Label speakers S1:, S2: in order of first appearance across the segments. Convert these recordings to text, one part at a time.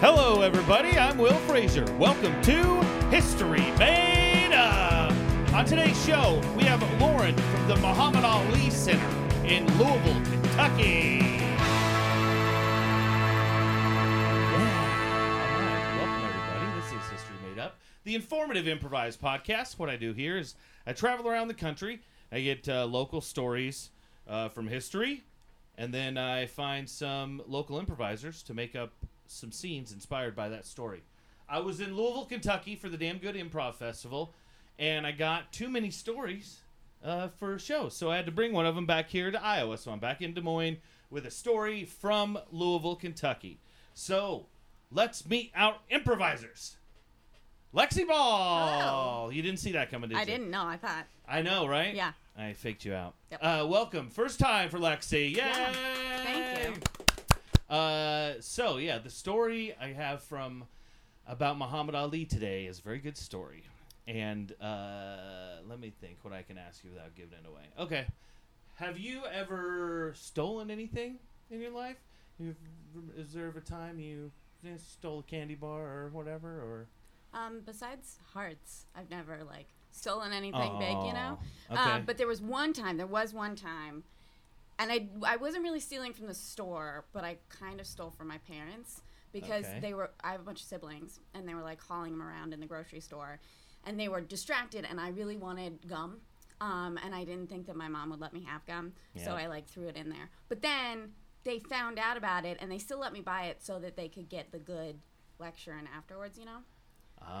S1: Hello, everybody. I'm Will Fraser. Welcome to History Made Up. On today's show, we have Lauren from the Muhammad Ali Center in Louisville, Kentucky. Yeah. All right. Welcome, everybody. This is History Made Up, the informative improvised podcast. What I do here is I travel around the country, I get uh, local stories uh, from history, and then I find some local improvisers to make up some scenes inspired by that story. I was in Louisville, Kentucky for the Damn Good Improv Festival, and I got too many stories uh, for shows, so I had to bring one of them back here to Iowa. So I'm back in Des Moines with a story from Louisville, Kentucky. So let's meet our improvisers. Lexi Ball, you didn't see that coming, did
S2: Oh. I
S1: you?
S2: didn't know. I thought.
S1: I know, right?
S2: Yeah.
S1: I faked you out.
S2: Yep.
S1: Uh, welcome, first time for Lexi. Yay!
S2: Yeah. Thank
S1: you. Uh, so yeah, the story I have from about Muhammad Ali today is a very good story, and uh, let me think what I can ask you without giving it away. Okay, have you ever stolen anything in your life? You've, is there ever a time you eh, stole a candy bar or whatever, or
S2: Um, besides hearts, I've never like stolen anything big, you know.
S1: Aw, Oh, okay.
S2: Um, but there was one time. There was one time, and I I wasn't really stealing from the store, but I kind of stole from my parents because
S1: Okay.
S2: they were. I have a bunch of siblings, and they were like hauling them around in the grocery store, and they were distracted, and I really wanted gum. Um, and I didn't think that my mom would let me have gum, so
S1: Yeah.
S2: I like threw it in there. But then they found out about it, and they still let me buy it so that they could get the good lecture and afterwards, you know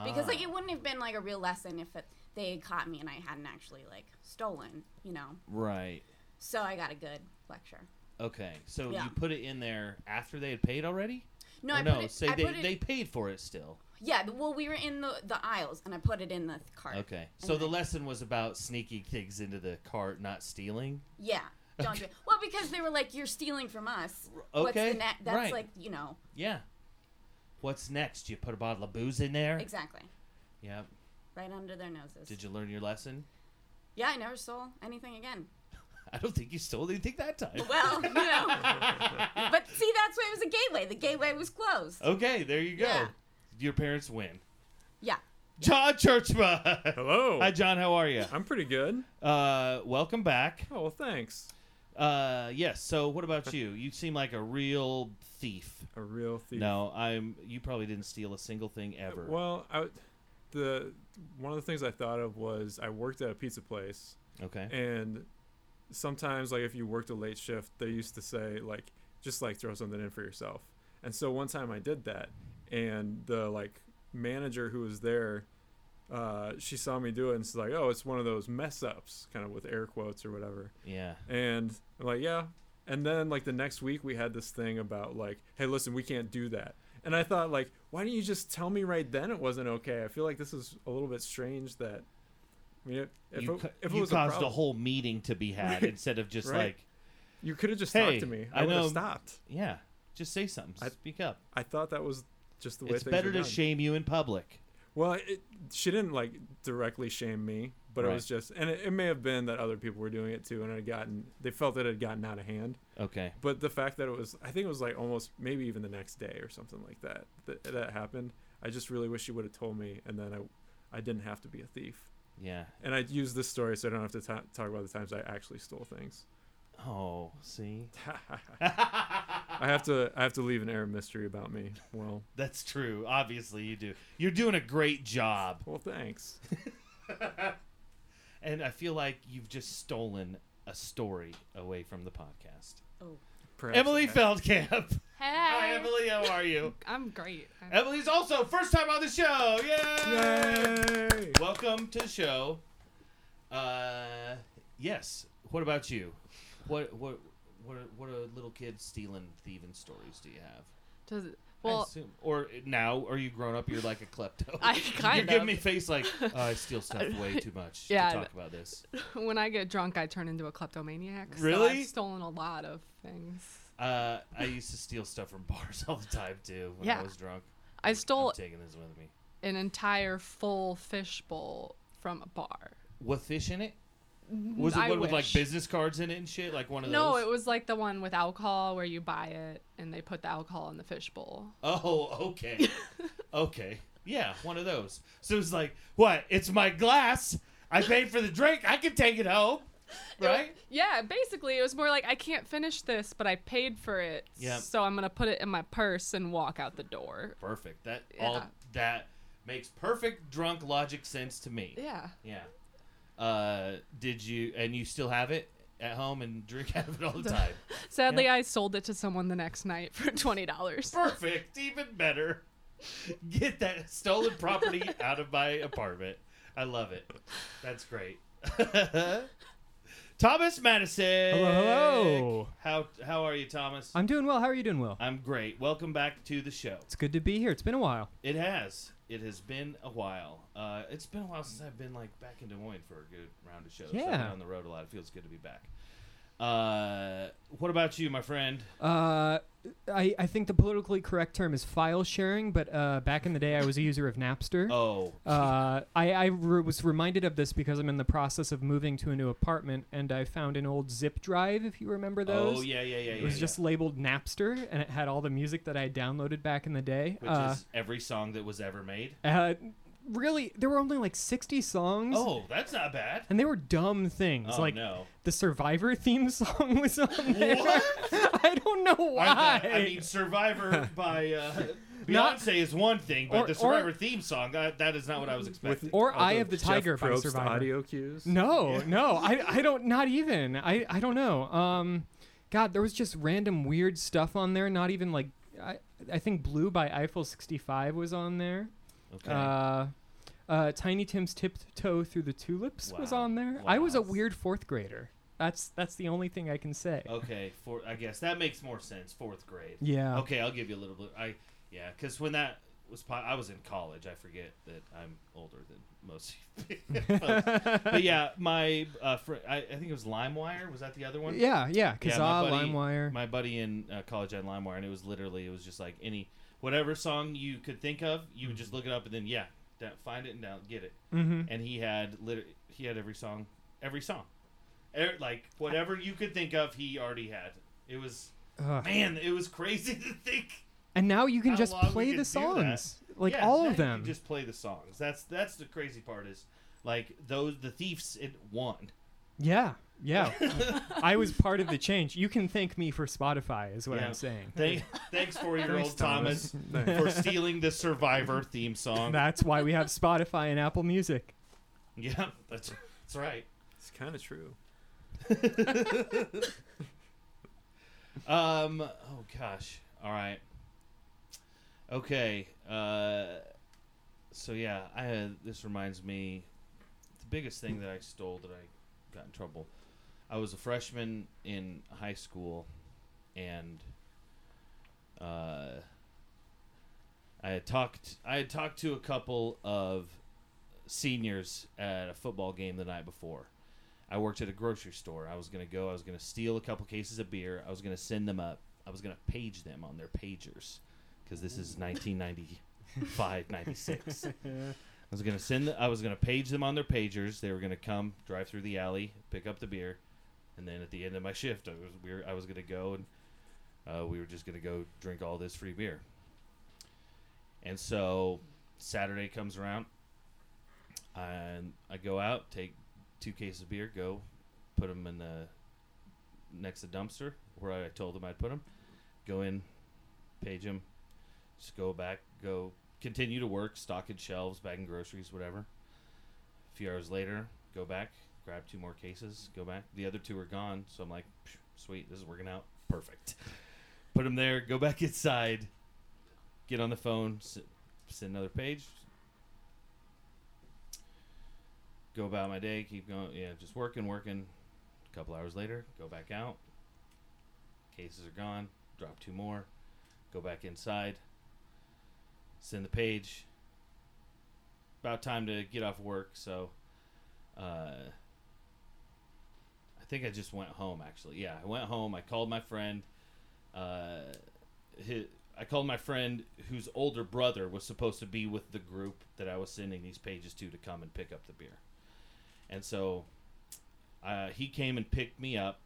S2: because like
S1: Ah.
S2: it wouldn't have been like a real lesson if it, they had caught me and I hadn't actually like stolen, you know.
S1: right.
S2: So I got a good lecture.
S1: Okay, so
S2: Yeah.
S1: you put it in there after they had paid already?
S2: No,
S1: Or
S2: I
S1: Oh, no,
S2: put it.
S1: say
S2: I
S1: they,
S2: put it
S1: they paid for it still.
S2: yeah, but- well, we were in the the aisles and I put it in the th- cart.
S1: Okay, so the
S2: then-
S1: lesson was about sneaking things into the cart, not stealing.
S2: Yeah, don't do it. Well, because they were like, "You're stealing from us." What's
S1: Okay,
S2: the net? That's
S1: right.
S2: like you know
S1: Yeah. What's next? You put a bottle of booze in there.
S2: exactly
S1: Yeah.
S2: right under their noses.
S1: Did you learn your lesson?
S2: Yeah, I never stole anything again.
S1: I don't think you stole anything that time.
S2: Well, you know, but see, that's why it was a gateway. The gateway was closed.
S1: okay, there you go.
S2: Yeah.
S1: Your parents win.
S2: Yeah.
S1: John Churchman.
S3: Hello.
S1: Hi, John. How are you?
S3: I'm pretty good.
S1: Uh, welcome back.
S3: Oh, well, thanks.
S1: Uh, yes. So, what about you? You seem like a real thief.
S3: A real thief.
S1: No, I'm. You probably didn't steal a single thing ever.
S3: Well, I, would- the one of the things I thought of was I worked at a pizza place,
S1: Okay.
S3: and sometimes like if you worked a late shift, they used to say like just like throw something in for yourself. And so one time I did that, and the like manager who was there, uh, she saw me do it and she's like, "Oh, it's one of those mess ups," kind of with air quotes or whatever.
S1: Yeah.
S3: and I'm like yeah and then like the next week we had this thing about like hey listen we can't do that and i thought like why didn't you just tell me right then it wasn't okay i feel like this is a little bit strange that i mean if,
S1: you
S3: it,
S1: ca-
S3: if it
S1: you
S3: was a,
S1: caused a,
S3: problem,
S1: whole meeting to be had instead of just
S3: Right.
S1: like,
S3: you could have just
S1: Hey,
S3: talked to me
S1: I
S3: i, would have
S1: know-
S3: stopped
S1: yeah, just say something,
S3: I-
S1: speak up.
S3: i thought that was just the way
S1: It's
S3: things
S1: better
S3: were
S1: to
S3: done.
S1: shame you in public.
S3: well it, she didn't like directly shame me but
S1: Right.
S3: it was just and it, it may have been that other people were doing it too and it had gotten they felt that it had gotten out of hand
S1: Okay.
S3: but the fact that it was i think it was like almost maybe even the next day or something like that that, that happened i just really wish you would have told me and then i i didn't have to be a thief
S1: Yeah.
S3: and i use this story so i don't have to ta- talk about the times i actually stole things
S1: Oh, see,
S3: i have to i have to leave an air of mystery about me well
S1: that's true. Obviously, you do. You're doing a great job,
S3: well thanks
S1: and I feel like you've just stolen a story away from the podcast.
S2: Oh.
S3: Perhaps
S1: Emily
S3: I-
S1: Feldkamp.
S4: Hey,
S1: Hi, Emily. How are you?
S4: I'm great. I'm-
S1: Emily's also first time on the show.
S3: Yay!
S1: Welcome to the show. Uh, yes. What about you? What what what are, what are little kids stealing thieving stories do you have?
S4: Does it-
S1: I
S4: well,
S1: assume, or now are you grown up? You're like a klepto.
S4: I
S1: you
S4: kind
S1: give
S4: of.
S1: me face like "Oh, I steal stuff way too much
S4: Yeah,
S1: to talk about this.
S4: when I get drunk, I turn into a kleptomaniac. so
S1: Really?
S4: I've stolen a lot of things.
S1: Uh, I used to steal stuff from bars all the time too when I
S4: Yeah.
S1: was drunk.
S4: I
S1: I'm
S4: stole
S1: taking this with me.
S4: an entire full fish bowl from a bar.
S1: What fish in it? Was it
S4: Mm, I
S1: one with like
S4: wish.
S1: business cards in it and shit? Like one of
S4: No,
S1: those?
S4: it was like the one with alcohol where you buy it and they put the alcohol in the fishbowl.
S1: Oh, okay. okay. Yeah, one of those. So it's like, what? It's my glass. I paid for the drink. I can take it home. Right?
S4: Yeah, basically it was more like I can't finish this, but I paid for it.
S1: Yep.
S4: So I'm gonna put it in my purse and walk out the door.
S1: Perfect. That all
S4: Yeah.
S1: that makes perfect drunk logic sense to me.
S4: Yeah.
S1: Yeah. Uh did you and you still have it at home and drink out of it all the time.
S4: Sadly, I sold it to someone the next night for twenty dollars.
S1: Perfect. Even better. Get that stolen property out of my apartment. I love it. That's great. Thomas Madison.
S5: Hello, hello.
S1: How how are you, Thomas?
S5: I'm doing well. How are you doing, Will?
S1: I'm great. Welcome back to the show.
S5: It's good to be here. It's been a while.
S1: It has. It has been a while. Uh, it's been a while since I've been like back in Des Moines for a good round of shows. I've been
S5: Yeah.
S1: on the road a lot. It feels good to be back. Uh, what about you, my friend?
S5: Uh, I, I think the politically correct term is file sharing, but uh, back in the day, I was a user of Napster.
S1: Oh,
S5: Uh, I, I re- was reminded of this because I'm in the process of moving to a new apartment, and I found an old zip drive, if you remember those.
S1: oh yeah, yeah, yeah.
S5: It
S1: yeah,
S5: was
S1: yeah.
S5: just labeled Napster, and it had all the music that I had downloaded back in the day.
S1: which
S5: uh,
S1: is every song that was ever made.
S5: uh, really, there were only like 60 songs.
S1: Oh, that's not bad.
S5: And they were dumb things.
S1: Oh
S5: like,
S1: no!
S5: the Survivor theme song was on there.
S1: What?
S5: I don't know Oh, why.
S1: I, I mean, Survivor by uh, Beyonce
S5: Not-
S1: is one thing, but
S5: Or-
S1: the Survivor theme song I, that is not what I was expecting.
S5: or
S6: all
S5: Eye of the
S6: Jeff
S5: Tiger by
S6: Probst
S5: Survivor.
S6: audio cues.
S5: no, no, I, I don't. Not even. I, I don't know. Um, God, there was just random weird stuff on there. Not even like, I, I think Blue by Eiffel 65 was on there.
S1: okay.
S5: Uh, uh, Tiny Tim's Tiptoe Through the Tulips was
S1: Wow.
S5: on there. I was a
S1: Wow.
S5: weird fourth grader. That's that's the only thing I can say.
S1: okay. For I guess that makes more sense. Fourth grade.
S5: Yeah.
S1: Okay, I'll give you a little bit. I yeah, because when that was, po- I was in college. I forget that I'm older than most. folks. but yeah, my uh, fr- I, I think it was LimeWire. Was that the other one?
S5: Yeah, yeah.
S1: Yeah,
S5: Kazaa,
S1: my buddy-
S5: LimeWire.
S1: My buddy in uh, college had LimeWire, and it was literally it was just like any whatever song you could think of, you would just look it up, and then yeah, down, find it and down, get it.
S5: mm-hmm.
S1: And he had liter- he had every song, every song, Er- like whatever you could think of, he already had. It was man, it was crazy to think.
S5: And now you can
S1: how
S5: just
S1: long we
S5: play
S1: could
S5: the
S1: do that.
S5: songs, like
S1: Yeah,
S5: all
S1: now
S5: of
S1: you can
S5: them.
S1: just play the songs. That's that's the crazy part is like those the thieves it won.
S5: Yeah, yeah. I was part of the change. You can thank me for Spotify, is what
S1: Yeah.
S5: I'm saying.
S1: Thank, thanks for your
S5: Thanks,
S1: old Thomas for stealing the Survivor theme song.
S5: That's why we have Spotify and Apple Music.
S1: Yeah, that's that's right.
S6: It's kind of true.
S1: Um. Oh gosh. All right. Okay. Uh. So yeah, I uh, this reminds me, the biggest thing that I stole that I got in trouble. I was a freshman in high school, and uh, I had talked I had talked to a couple of seniors at a football game the night before. I worked at a grocery store. I was gonna go. I was gonna steal a couple cases of beer. I was gonna send them up. I was gonna page them on their pagers, because this is 1995, 96. I was gonna send. The, I was gonna page them on their pagers. They were gonna come, drive through the alley, pick up the beer, and then at the end of my shift, I was we were, I was gonna go and uh, we were just gonna go drink all this free beer. And so Saturday comes around, and I go out, take two cases of beer, go put them in the next to dumpster where I told them I'd put them. Go in, page them, just go back, go continue to work, stocking shelves, bagging groceries, whatever. A few hours later, go back, grab two more cases, go back. The other two are gone, so I'm like, "Phew, sweet, this is working out perfect. Put them there, go back inside, get on the phone, s- send another page, go about my day, keep going, yeah, just working, working. A couple hours later, go back out. Cases are gone. Drop two more. Go back inside. Send the page. About time to get off work, so uh, I think I just went home. Actually, yeah, I went home. I called my friend. Uh, hi I called my friend whose older brother was supposed to be with the group that I was sending these pages to to come and pick up the beer. And so uh, he came and picked me up,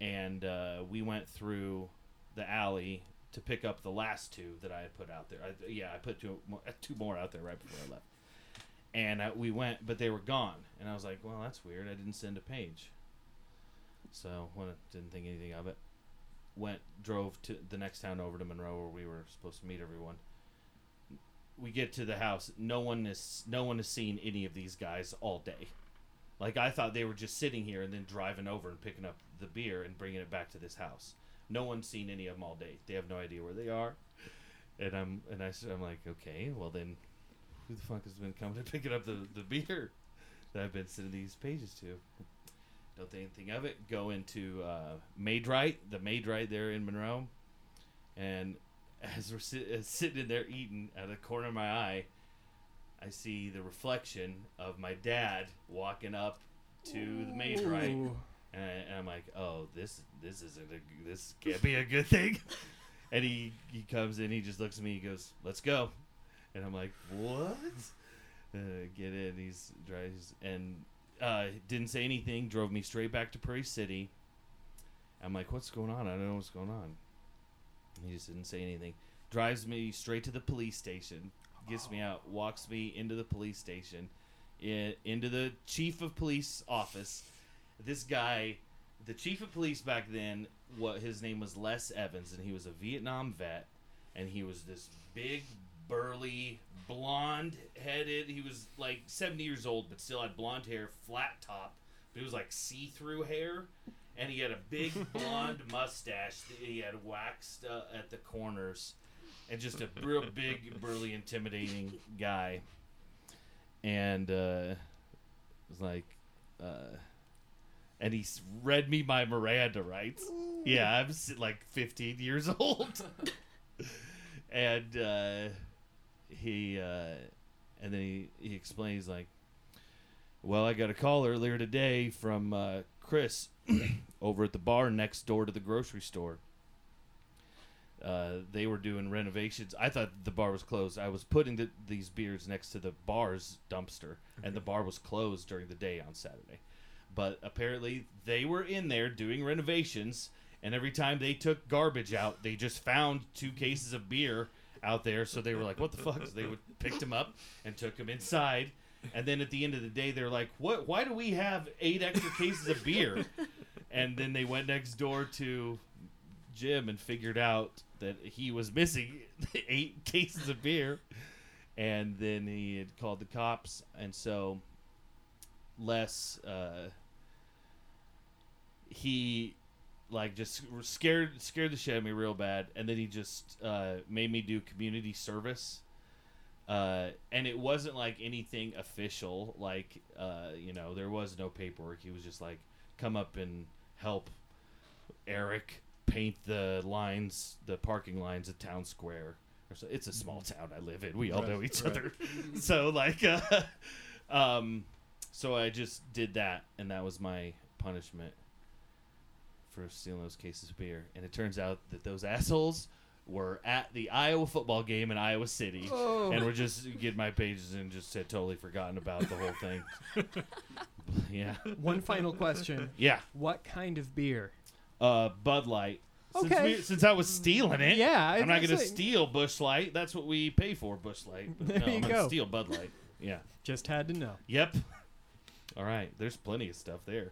S1: and uh, we went through the alley to pick up the last two that I had put out there. I, yeah, I put two mo- uh, two more out there right before I left, and I, we went, but they were gone, and I was like, "Well, that's weird. I didn't send a page." So when I didn't think anything of it, went drove to the next town over to Monroe where we were supposed to meet everyone. We get to the house. No one is no one has seen any of these guys all day. Like I thought they were just sitting here and then driving over and picking up the beer and bringing it back to this house. No one's seen any of them all day. They have no idea where they are. And I'm and I am like, okay, well then, who the fuck has been coming to picking up the the beer that I've been sending these pages to? Don't think anything of it. Go into uh, Maidrite, the Maidrite there in Monroe, and as we're sit- as sitting in there eating, out of the corner of my eye, I see the reflection of my dad walking up to the Maidrite,
S7: Ooh.
S1: and, I, and I'm like, "Oh, this this isn't a, this can't be a good thing." and he he comes in, he just looks at me, he goes, "Let's go," and I'm like, "What?" Uh, get in, he's drives and uh, didn't say anything. Drove me straight back to Prairie City. I'm like, "What's going on? I don't know what's going on." And he just didn't say anything. Drives me straight to the police station. Gets me out. Walks me into the police station. In, into the chief of police office. This guy, the chief of police back then, what his name was Les Evans, and he was a Vietnam vet, and he was this big, burly, blonde-headed. He was like 70 years old, but still had blonde hair, flat top, but it was like see-through hair and he had a big blonde mustache that he had waxed uh, at the corners, and just a real big, burly, intimidating guy. And uh, it was like, uh, and he s- read me my Miranda rights. Yeah, I'm s- like 15 years old, and uh, he, uh, and then he he explains like. Well, I got a call earlier today from uh, Chris over at the bar next door to the grocery store. Uh, they were doing renovations. I thought the bar was closed. I was putting the, these beers next to the bar's dumpster, and the bar was closed during the day on Saturday. But apparently, they were in there doing renovations, and every time they took garbage out, they just found two cases of beer out there. So they were like, "What the fuck?" So they would picked them up and took them inside. And then at the end of the day, they're like, "What? Why do we have eight extra cases of beer?" and then they went next door to Jim and figured out that he was missing eight cases of beer, and then he had called the cops, and so Les, uh, he like just scared scared the shit out of me real bad, and then he just uh, made me do community service. Uh, and it wasn't like anything official, like uh, you know, there was no paperwork. He was just like, come up and help Eric paint the lines, the parking lines at Town Square. Or so it's a small town I live in. We all
S3: Mm-hmm. Right,
S1: know each
S3: right. Mm-hmm.
S1: other. so like, uh, um, so I just did that, and that was my punishment for stealing those cases of beer. And it turns out that those assholes were at the Iowa football game in Iowa City.
S7: Oh.
S1: And we're just get my pages and just had totally forgotten about the whole thing. yeah,
S7: One final question.
S1: yeah.
S7: What kind of beer?
S1: Uh, Bud Light. Since,
S7: Okay.
S1: we, since I was stealing it,
S7: Yeah,
S1: I'm not
S7: it's
S1: gonna
S7: like-
S1: steal Bush Light. That's what we pay for Bush Light. But
S7: There
S1: no,
S7: you
S1: I'm gonna
S7: go.
S1: steal Bud Light. Yeah.
S7: Just had to know.
S1: Yep. All right. There's plenty of stuff there.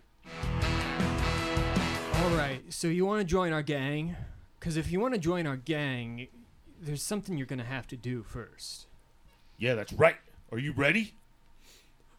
S7: All right, so you want to join our gang? Because if you want to join our gang, there's something you're going to have to do first.
S1: Yeah, that's right. Are you ready?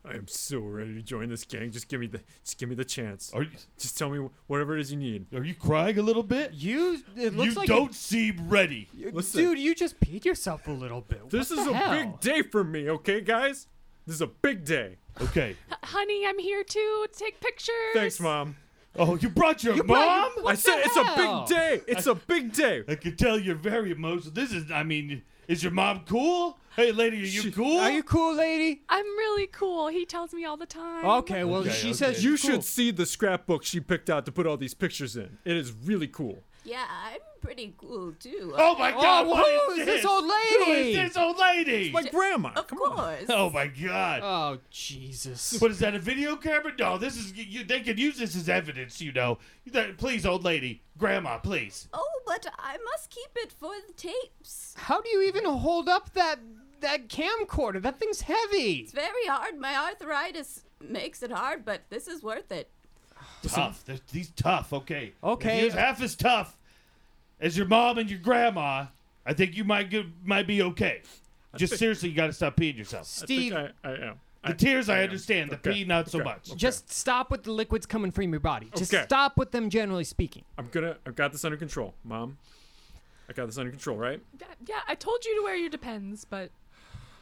S3: I am so ready to join this gang. Just give me the, just give me the chance.
S1: Are you
S3: Just tell me wh- whatever it is you need.
S1: are you crying a little bit?
S7: You, it looks
S1: you
S7: like.
S1: don't seem ready.
S7: you-
S3: Listen.
S7: dude, you just peed yourself a little bit.
S3: This
S7: What
S3: is
S7: the
S3: a
S7: hell?
S3: big day for me, okay, guys? This is a big day.
S1: Okay.
S4: Honey, I'm here too. Take pictures.
S3: Thanks, mom.
S1: Oh, you brought your mom?
S7: brought-
S3: I
S7: What
S3: said
S7: the
S3: it's
S7: hell?
S3: a big day. It's a big day.
S1: I can tell you're very emotional. This is, I mean,
S6: Is your mom cool? Hey, lady, are you cool?
S8: Are you cool, lady?
S4: I'm really cool. He tells me all the time.
S8: Okay, well,
S6: Okay,
S8: she
S6: okay.
S8: says
S3: You
S8: she's cool.
S3: should see the scrapbook she picked out to put all these pictures in. It is really cool.
S2: Yeah, I'm pretty cool too.
S6: oh my God!
S8: Oh,
S6: what
S8: who
S6: is
S8: is this old
S6: Who is
S8: lady?
S6: this old lady?
S3: My grandma.
S2: of
S3: come on.
S2: course.
S6: Oh my God!
S8: Oh Jesus!
S6: What is that? A video camera? No, this is. You, they could use this as evidence. You know. That- Please, old lady, grandma, please.
S2: Oh, but I must keep it for the tapes.
S8: How do you even hold up that that camcorder? That thing's heavy.
S2: It's very hard. My arthritis makes it hard, but this is worth it.
S6: Tough. They're- These tough. Okay.
S8: Okay.
S6: If you're half as tough as your mom and your grandma. I think you might good, might be okay. Just
S3: think-
S6: seriously, you got to stop peeing yourself.
S3: I think
S8: Steve,
S3: I, I am.
S6: The
S3: I,
S6: tears I
S3: am.
S6: understand. The
S3: Okay,
S6: pee not so
S3: okay,
S6: much.
S3: okay.
S8: just stop with the liquids coming from your body. Just
S3: Okay.
S8: stop with them, generally speaking.
S3: I'm gonna. I've got this under control, mom. I got this under control, right?
S4: Yeah, yeah, I told you to wear your depends, but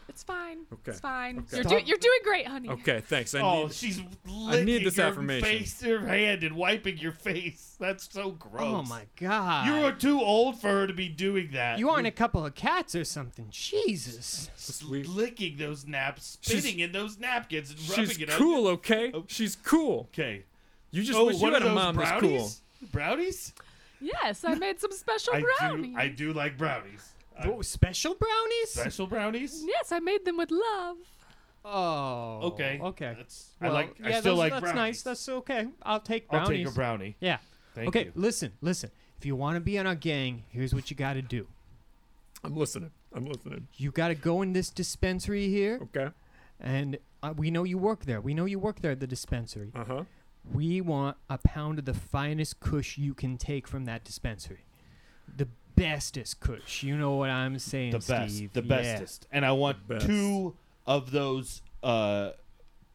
S4: it's fine.
S3: Okay.
S4: It's fine.
S3: Okay.
S4: You're,
S8: Stop.
S4: do- you're doing great, honey.
S3: Okay, thanks. I
S6: Oh,
S3: need.
S6: she's
S3: I
S6: licking
S3: need this
S6: your
S3: affirmation.
S6: face, her hand, and wiping your face. That's so gross.
S8: Oh my God!
S6: You are too old for her to be doing that.
S8: You aren't a couple of cats or something. Jesus.
S3: We-
S6: licking those naps,
S3: She's-
S6: spitting in those napkins, and rubbing
S3: She's
S6: it on
S3: cool,
S6: your- Oh.
S3: okay? She's cool.
S6: Okay.
S3: You just
S6: Oh,
S3: wish you
S6: one
S3: had
S6: of
S3: a
S6: those
S3: mom that's
S6: brownies.
S3: cool.
S6: Brownies?
S4: Yes, I made some special
S6: I
S4: brownies.
S6: do. I do like brownies. I-
S8: Oh, special brownies?
S6: special brownies.
S4: Yes, I made them with love.
S8: Oh.
S6: Okay.
S8: Okay.
S6: That's,
S8: Well,
S6: I like.
S8: Yeah,
S6: I still
S8: those-
S6: like
S8: that's
S6: brownies.
S8: nice. That's okay. I'll take
S6: I'll
S8: brownies.
S6: take a brownie.
S8: Yeah.
S6: Thank
S8: okay.
S6: you.
S8: Listen. Listen. If you want to be on our gang, here's what you got to do.
S3: I'm listening. I'm listening.
S8: You got to go in this dispensary here,
S3: Okay.
S8: and uh, we know you work there. We know you work there at the dispensary.
S3: Uh huh.
S8: We want a pound of the finest kush you can take from that dispensary. The bestest kush. You know what I'm saying,
S6: The best.
S8: Steve.
S6: The
S8: Yeah.
S6: bestest. And I want
S3: best.
S6: two of those uh,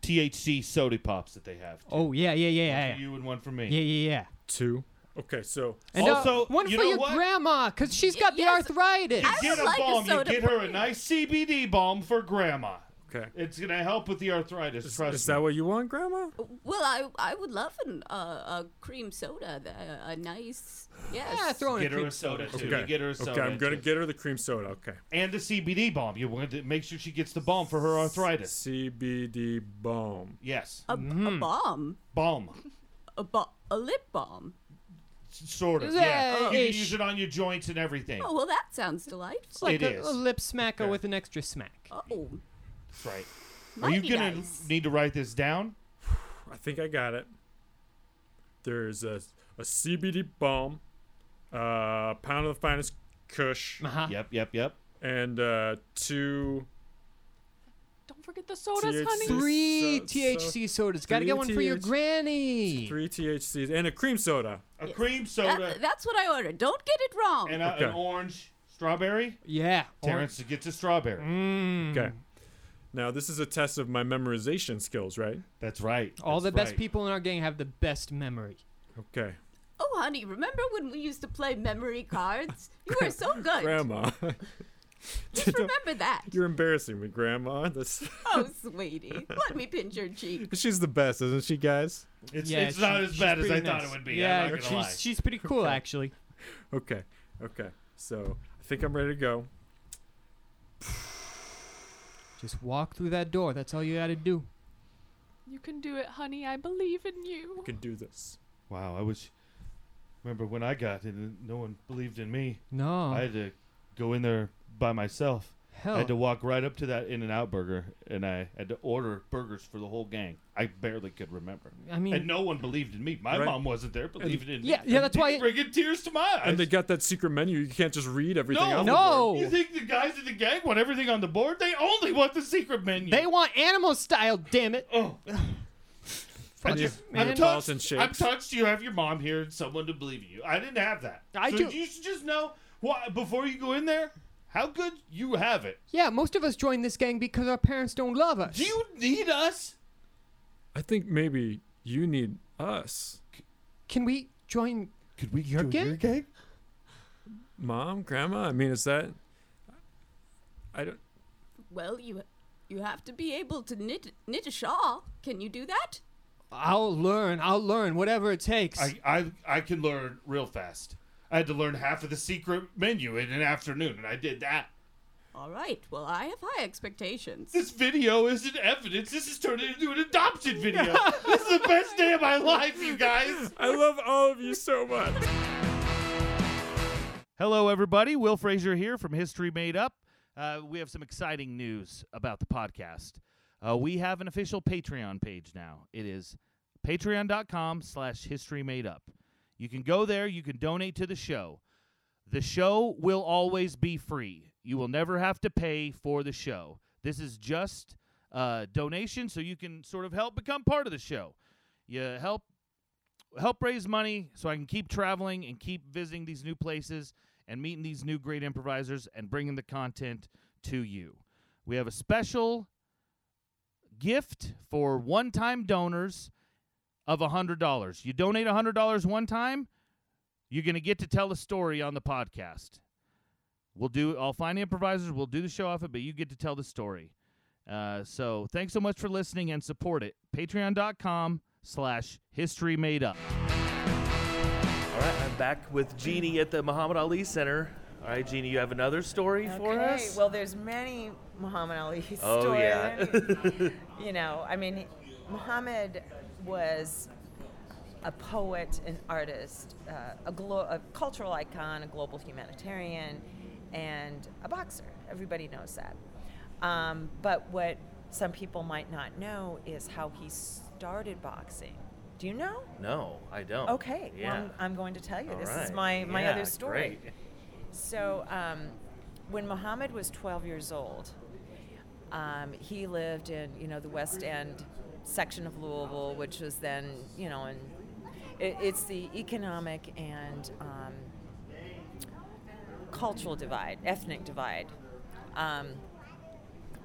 S6: THC soda pops that they have. too.
S8: Oh, yeah, yeah, yeah,
S6: One
S8: yeah.
S6: for you and one for me.
S8: Yeah, yeah, yeah.
S3: Two. Okay, so
S8: And uh,
S6: Also,
S8: one
S6: you
S8: for
S6: know
S8: your
S6: what?
S8: grandma, because she's
S2: Y-
S8: got the
S2: yes.
S8: arthritis.
S6: You
S2: I would
S6: get a
S2: like a
S6: balm. you
S2: soda
S6: get her a
S2: pop.
S6: nice CBD balm for grandma.
S3: okay.
S6: It's gonna help with the arthritis.
S3: Is,
S6: trust
S3: is
S6: me.
S3: that what you want, Grandma?
S2: Well, I I would love an, uh, a cream soda, a, a nice yes.
S8: Yeah, throw in
S6: Get
S8: a
S6: her a
S8: cream
S6: soda too.
S3: Okay.
S6: You get her a soda.
S3: okay, I'm gonna
S6: too.
S3: get her the cream soda. Okay.
S6: and the CBD balm. You want to make sure she gets the balm for her arthritis.
S3: CBD balm.
S6: Yes,
S2: a, a
S3: Mm-hmm.
S2: balm,
S6: balm.
S2: a, ba- a lip balm.
S6: S- Sort of.
S8: Yeah,
S6: Yeah. You
S8: ish.
S6: can use it on your joints and everything.
S2: Oh well, that sounds delightful.
S8: It's
S6: It
S8: like a,
S6: is.
S8: a lip smacker
S3: Okay.
S8: with an extra smack.
S2: Oh,
S6: That's right. Are
S2: might
S6: you
S2: be
S6: gonna
S2: nice.
S6: need to write this down?
S3: I think I got it. There's a, a CBD balm, a pound of the finest Kush,
S8: Uh-huh.
S6: Yep. Yep. Yep.
S3: and uh, two
S4: Don't forget the sodas,
S3: THC.
S4: honey.
S8: Three
S3: So- so-
S8: THC sodas. Got to
S3: three
S8: get one for your
S3: THC
S8: granny.
S3: three THCs and a cream soda.
S6: A
S2: Yes.
S6: cream
S2: That-
S6: soda
S2: that's what I ordered. Don't get it wrong.
S6: and a, an
S3: Okay.
S6: orange strawberry.
S8: Yeah.
S6: Terrence gets a strawberry.
S8: Mm.
S3: Okay. Now this is a test of my memorization skills, right?
S6: That's right.
S8: All the
S6: That's
S8: best
S6: right.
S8: people in our gang have the best memory.
S3: Okay.
S2: oh, honey, remember when we used to play memory cards? You were so good.
S3: Grandma.
S2: Just remember that.
S3: You're embarrassing me, Grandma. That's,
S2: Oh, sweetie, let me pinch your cheek.
S3: she's the best, isn't she, guys?
S6: It's,
S8: Yeah,
S6: it's not
S8: she-
S6: as
S8: she's
S6: bad as I
S8: pretty
S6: thought
S8: nice.
S6: it would be.
S8: Yeah,
S6: I'm not
S8: she's
S6: gonna lie.
S8: she's pretty cool actually.
S3: Okay. Okay. So I think I'm ready to go.
S8: Just walk through that door. That's all you got to do.
S4: You can do it, honey. I believe in you.
S3: We can do this.
S6: Wow. I wish. Remember when I got it? and No one believed in me.
S8: No.
S6: I had to go in there by myself. I
S8: Hell.
S6: had to walk right up to that In and Out burger and I had to order burgers for the whole gang. I barely could remember.
S8: I mean
S6: and no one believed in me. My
S3: Right.
S6: mom wasn't there believing in me.
S8: Yeah, yeah, that's why-
S6: Bringing tears to my eyes.
S3: And they got that secret menu. You can't just read everything.
S6: no,
S3: out
S8: No.
S6: You think the guys in the gang want everything on the board? They only want the secret menu.
S8: They want animal style, damn it.
S6: Oh,
S8: Fuck
S3: you-
S8: it,
S6: I'm
S8: man.
S3: talk-
S6: touched.
S3: Neapolitan
S6: I'm
S3: shapes.
S6: touched. You have your mom here and someone to believe in you. I didn't have that.
S8: I
S6: so
S8: do-
S6: You should just know why before you go in there how good you have it.
S8: yeah, most of us join this gang because our parents don't love us.
S6: Do you need us?
S3: I think maybe you need us.
S8: Can we join
S6: Could we
S8: Your gang?
S6: gang?
S3: Mom, Grandma? I mean, is that. I don't.
S2: Well, you you have to be able to knit knit a shawl. Can you do that?
S8: I'll learn. I'll learn whatever it takes.
S6: I, I I can learn real fast. I had to learn half of the secret menu in an afternoon, and I did that.
S2: all right, well, I have high expectations.
S1: This video isn't evidence. This is turned into an adoption video. this is the best day of my life, you guys.
S3: I love all of you so much.
S1: Hello, everybody. Will Frazier here from History Made Up. Uh, we have some exciting news about the podcast. Uh, we have an official Patreon page now. It is patreon.com slash history made up. You can go there. You can donate to the show. The show will always be free. You will never have to pay for the show. This is just a donation so you can sort of help become part of the show. You help help raise money so I can keep traveling and keep visiting these new places and meeting these new great improvisers and bringing the content to you. We have a special gift for one-time donors of $100. You donate $100 one time, you're going to get to tell a story on the podcast. We'll do I'll find the improvisers, we'll do the show off it, but you get to tell the story. Uh, so thanks so much for listening and support it. Patreon.com slash history made up. All right, I'm back with Jeannie at the Muhammad Ali Center. All right, Jeannie, you have another story for
S9: Okay,
S1: us?
S9: Well, there's many Muhammad Ali
S1: Oh,
S9: stories.
S1: yeah.
S9: you know, I mean, Muhammad was a poet, an artist, uh, a, glo- a cultural icon, a global humanitarian, and a boxer. Everybody knows that. Um, but what some people might not know is how he started boxing. Do you know?
S1: no, I don't.
S9: Okay, well,
S1: Yeah.
S9: I'm, I'm going to tell you.
S1: All
S9: this is
S1: right.
S9: my, my
S1: Yeah,
S9: other story.
S1: Great.
S9: So, um, when Muhammad was 12 years old, um, he lived in you know the West End section of Louisville, which was then you know, and it, it's the economic and um, cultural divide, ethnic divide. Um,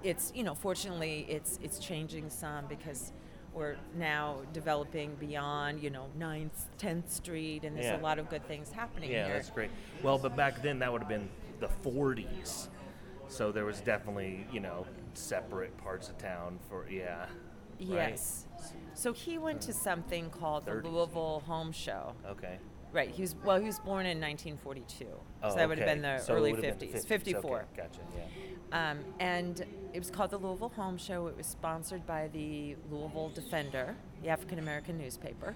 S9: it's you know, fortunately, it's it's changing some because we're now developing beyond you know 9th, 10th Street, and there's
S1: Yeah.
S9: a lot of good things happening
S1: Yeah,
S9: here.
S1: that's great. Well, but back then that would have been the 40s. So there was definitely, you know, separate parts of town for, yeah. right?
S9: Yes. So he went to something called the
S1: 30s.
S9: Louisville Home Show.
S1: Okay.
S9: Right. He was well. He was born in 1942,
S1: Oh,
S9: so that would have
S1: okay.
S9: been the
S1: So it
S9: early
S1: would have
S9: 50s,
S1: been
S9: 54.
S1: Okay, gotcha, yeah.
S9: Um, and it was called the Louisville Home Show. It was sponsored by the Louisville Defender, the African American newspaper,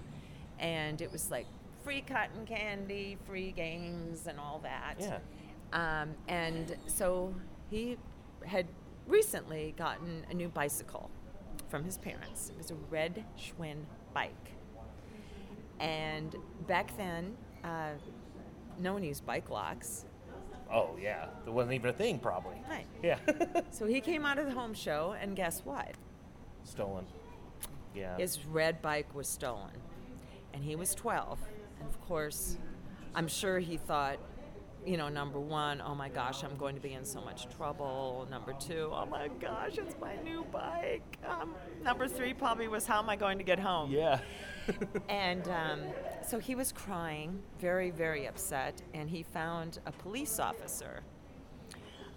S9: and it was like free cotton candy, free games, and all that.
S1: Yeah.
S9: Um, and so he had recently gotten a new bicycle from his parents. It was a red Schwinn bike. And back then, uh, no one used bike locks.
S1: Oh, yeah. There wasn't even a thing, probably.
S9: Right.
S1: Yeah.
S9: So he came out of the home show, and guess what?
S1: Stolen. Yeah.
S9: His red bike was stolen. And he was 12. And of course, I'm sure he thought, you know, number one, oh my gosh, I'm going to be in so much trouble. Number two, oh my gosh, it's my new bike. Um, number three probably was, how am I going to get home?
S1: yeah.
S9: And um, so he was crying, very, very upset, and he found a police officer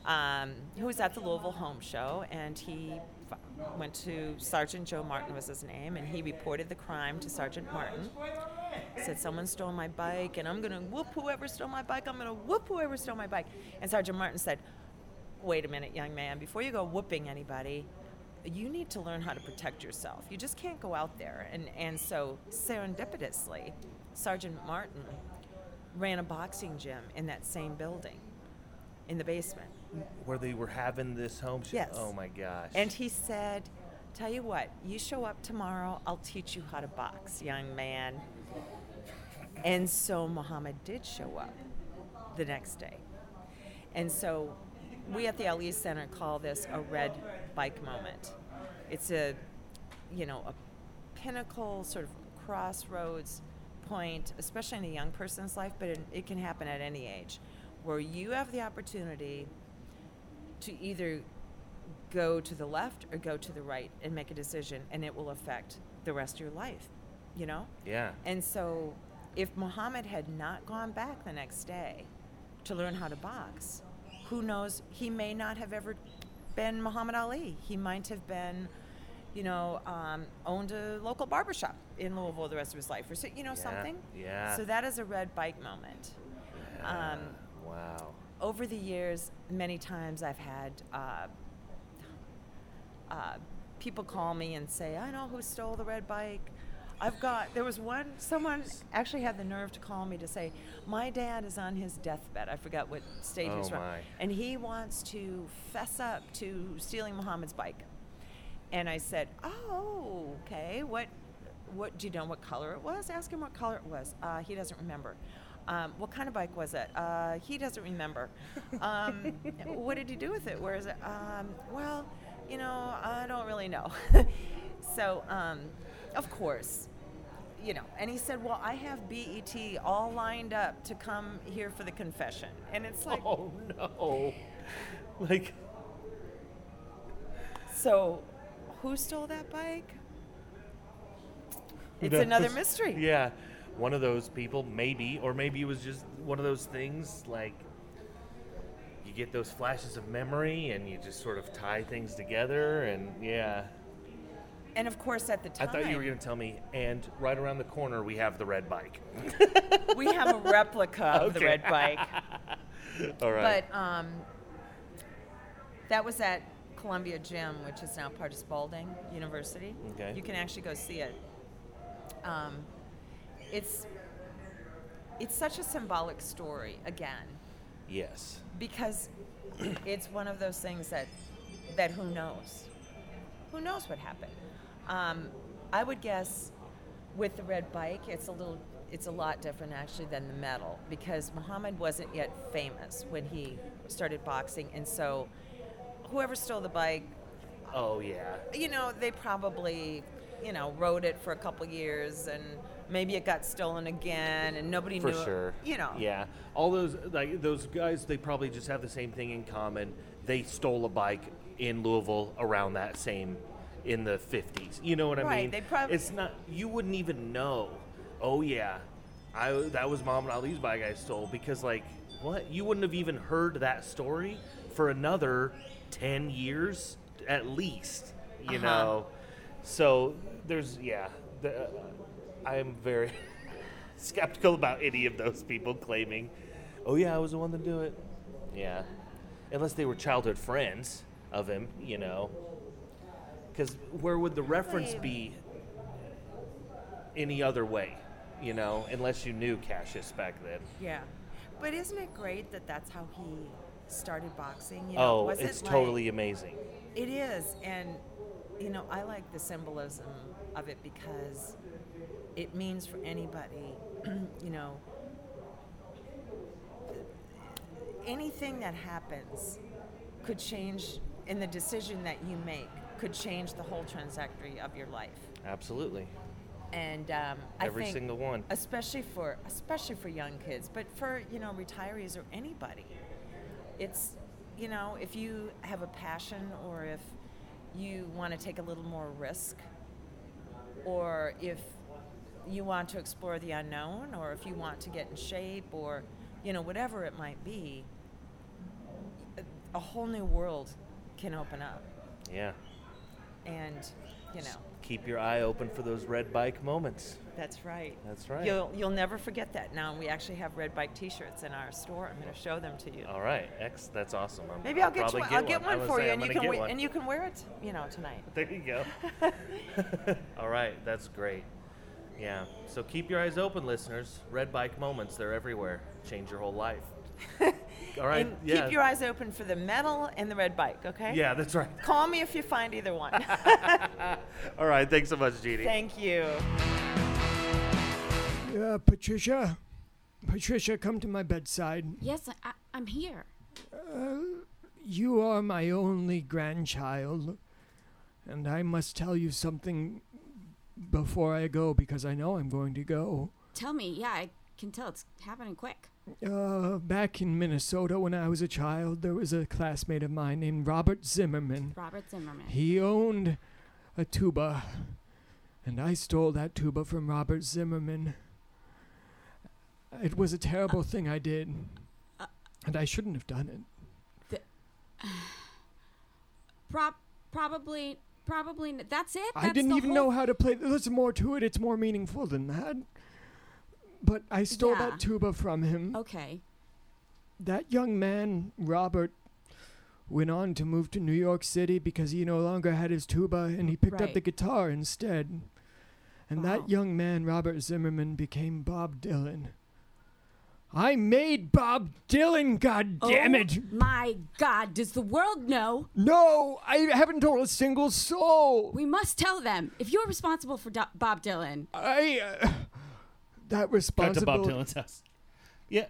S9: um, who was at the Louisville Home Show, and he f- went to Sergeant Joe Martin was his name, and he reported the crime to Sergeant Martin. Said someone stole my bike, and I'm gonna whoop whoever stole my bike. I'm gonna whoop whoever stole my bike. And Sergeant Martin said, "Wait a minute, young man. Before you go whooping anybody." You need to learn how to protect yourself. You just can't go out there. And, and so, serendipitously, Sergeant Martin ran a boxing gym in that same building, in the basement.
S1: Where they were having this home show.
S9: Yes.
S1: Oh, my gosh.
S9: And he said, Tell you what, you show up tomorrow, I'll teach you how to box, young man. And so Muhammad did show up the next day. And so we at the Ali Center call this a red bike moment. It's a, you know, a pinnacle sort of crossroads point, especially in a young person's life, but it, it can happen at any age, where you have the opportunity to either go to the left or go to the right and make a decision, and it will affect the rest of your life, you know?
S1: yeah.
S9: And so, if Muhammad had not gone back the next day to learn how to box, who knows? He may not have ever been Muhammad Ali. He might have been, you know, um, owned a local barbershop in Louisville the rest of his life, or so, you know,
S1: Yeah,
S9: something.
S1: yeah.
S9: So that is a red bike moment. Um,
S1: wow.
S9: over the years, many times I've had uh, uh, people call me and say, I know who stole the red bike. I've got, there was one, someone actually had the nerve to call me to say, My dad is on his deathbed. I forgot what stage he was
S1: Oh,
S9: from.
S1: my.
S9: And he wants to fess up to stealing Muhammad's bike. And I said, "Oh, okay. What? What do you know? What color it was? Ask him what color it was. Uh, he doesn't remember. Um, what kind of bike was it? Uh, he doesn't remember. Um, what did he do with it? Where is it? Um, well, you know, I don't really know. so, um, of course." You know, and he said, "Well, I have BET all lined up to come here for the confession," and it's like,
S1: Oh no! Like
S9: So, who stole that bike?
S1: who
S9: It's another
S1: knows?
S9: mystery.
S1: Yeah, one of those people, maybe, or maybe it was just one of those things like you get those flashes of memory and you just sort of tie things together. And yeah,
S9: And of course, at the
S1: I
S9: time,
S1: thought you were gonna tell me. And right around the corner, we have the red bike.
S9: we have a replica of the
S1: Okay.
S9: red bike.
S1: All right.
S9: But um, that was at Columbia Gym, which is now part of Spalding University.
S1: Okay.
S9: You can actually go see it. Um, it's it's such a symbolic story again
S1: yes.
S9: because it's one of those things that that who knows who knows what happened um, i would guess with the red bike it's a little it's a lot different actually than the medal because muhammad wasn't yet famous when he started boxing and so whoever stole the bike
S1: Oh yeah.
S9: you know they probably you know rode it for a couple years and maybe it got stolen again and nobody
S1: for
S9: knew it.
S1: sure.
S9: you know
S1: Yeah, all those like those guys, they probably just have the same thing in common. They stole a bike in Louisville around that same in the fifties. You know what I
S9: Right,
S1: mean?
S9: they prob-
S1: It's not. You wouldn't even know. Oh yeah, I that was Muhammad Ali's bike I stole because like what you wouldn't have even heard that story for another ten years at least. You
S9: Uh-huh.
S1: know, so there's yeah. The, uh, I am very skeptical about any of those people claiming, "Oh yeah, I was the one to do it." Yeah, unless they were childhood friends of him, you know. Because where would the reference be any other way, you know? Unless you knew Cassius back then.
S9: Yeah, but isn't it great that that's how he started boxing? You
S1: oh,
S9: wasn't
S1: it's
S9: like-
S1: totally amazing.
S9: It is, and you know, I like the symbolism of it because it means for anybody, you know, anything that happens could change, and the decision that you make could change the whole trajectory of your life.
S1: Absolutely,
S9: And um, I
S1: every
S9: think
S1: single one.
S9: especially for especially for young kids but for you know retirees or anybody it's you know if you have a passion or if you want to take a little more risk or if you want to explore the unknown or if you want to get in shape or you know whatever it might be a, a whole new world can open up
S1: Yeah.
S9: and you know
S1: Keep your eye open for those red bike moments.
S9: that's right
S1: That's right.
S9: You'll you'll never forget that. Now we actually have red bike T-shirts in our store. I'm going to show them to you.
S1: All right, X. That's awesome. I'm,
S9: Maybe I'll get you.
S1: probably
S9: One. I'll get
S1: I
S9: one
S1: was
S9: for you,
S1: saying,
S9: and
S1: I'm
S9: you
S1: gonna
S9: can
S1: get
S9: we-
S1: one.
S9: and you can wear it, you know, tonight.
S1: There you go. All right, that's great. Yeah. So keep your eyes open, listeners. Red bike moments, they're everywhere. Change your whole life. All right.
S9: and
S1: yeah.
S9: keep your eyes open for the metal and the red bike. Okay.
S1: Yeah, that's right.
S9: Call me if you find either one.
S1: All right, thanks so much, Jeannie.
S9: Thank you.
S8: Uh, Patricia, Patricia, come to my bedside.
S2: Yes, I, I, I'm here.
S8: You are my only grandchild, and I must tell you something before I go because I know I'm going to go.
S2: Tell me. Yeah, I can tell it's happening quick.
S8: Uh, back in Minnesota when I was a child, there was a classmate of mine named Robert Zimmerman.
S2: Robert Zimmerman.
S8: He owned a tuba, and I stole that tuba from Robert Zimmerman. It was a terrible thing I did,
S2: Uh,
S8: and I shouldn't have done it.
S2: Prob- probably, probably. n- That's it.
S8: I
S2: That's
S8: didn't
S2: the
S8: even
S2: whole-
S8: know how to play. There's more to it. It's more meaningful than that. But I stole
S2: Yeah.
S8: that tuba from him.
S2: Okay.
S8: that young man, Robert, went on to move to New York City because he no longer had his tuba and he picked up the
S2: Right.
S8: guitar instead. And
S2: Wow.
S8: that young man, Robert Zimmerman, became Bob Dylan. I made Bob Dylan, God damn
S2: Oh
S8: it!
S2: My God, does the world know?
S8: No, I haven't told a single soul.
S2: We must tell them. If you're responsible for Do- Bob Dylan,
S8: I uh,
S2: Oh.
S8: that
S1: Cut to
S8: responsible.
S1: Bob Dylan's house. Yeah.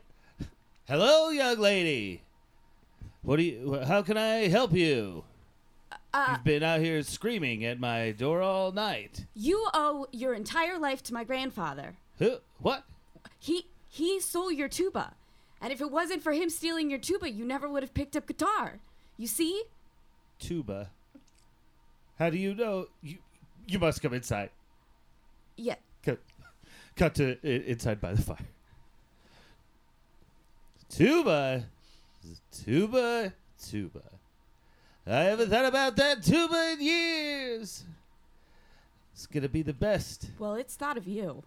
S1: Hello, young lady. What do you? wh- How can I help you?
S2: uh,
S1: You've been out here screaming at my door all night.
S2: you owe your entire life to my grandfather.
S1: Who? What?
S2: He he stole your tuba, and if it wasn't for him stealing your tuba, you never would have picked up guitar. You see?
S1: Tuba. How do you know? You you must come inside.
S2: Yeah.
S1: Cut. Cut to i- inside by the fire. Tuba, tuba, tuba. I haven't thought about that tuba in years. It's gonna be the best.
S2: Well, it's thought of you.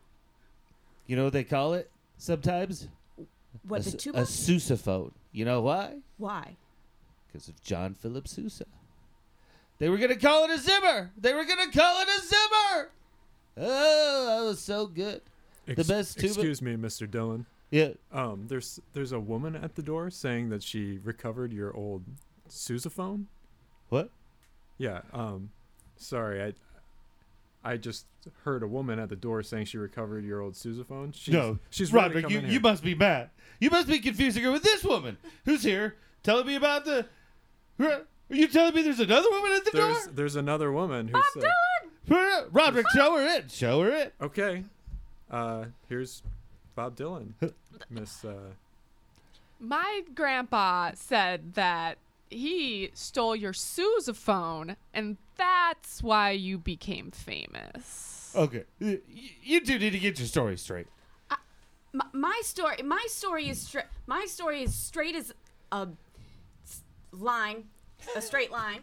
S1: You know what they call it sometimes?
S2: What
S1: a,
S2: the
S1: s-
S2: tuba?
S1: a sousaphone. You know why?
S2: Why?
S1: Because of John Philip Sousa. They were gonna call it a zimmer. They were gonna call it a zimmer.
S8: Uh,
S1: Oh, that was so good. The best tuba-
S3: Excuse me, Mr. Dylan.
S1: Yeah.
S3: Um, there's there's a woman at the door saying that she recovered your old sousaphone.
S1: What?
S3: Yeah. Um, sorry, I I just heard a woman at the door saying she recovered your old sousaphone. She's,
S1: no,
S3: she's really
S1: Roderick.
S3: come
S1: You,
S3: in here.
S1: you must be mad. You must be confusing her with this woman who's here telling me about the. Are you telling me there's another woman at the
S3: There's
S1: door?
S3: there's another woman who said,
S1: Roderick, show her it. Show her it.
S3: "Okay, uh, here's Bob Dylan, Miss." Uh,
S4: My grandpa said that he stole your sousaphone, and that's why you became famous.
S1: Okay, Y- you two need to get your story straight.
S2: My, my story. My story is stra- my story is straight as a s- line, a straight line,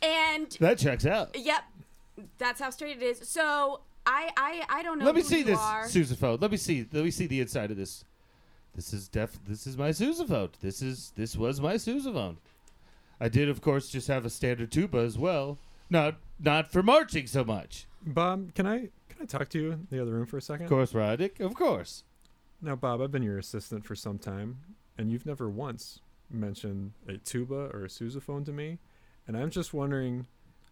S2: and
S1: That checks out.
S2: yep, that's how straight it is. So I I I don't know.
S1: Let me
S2: who
S1: see
S2: you
S1: this
S2: are.
S1: sousaphone. Let me see. Let me see the inside of this. This is def. This is my sousaphone. This is this was my sousaphone. I did, of course, just have a standard tuba as well. Not not for marching so much.
S3: Bob, can I can I talk to you in the other room for a second?
S1: Of course, Roddick. Of course.
S3: Now, Bob, I've been your assistant for some time, and you've never once mentioned a tuba or a sousaphone to me, and I'm just wondering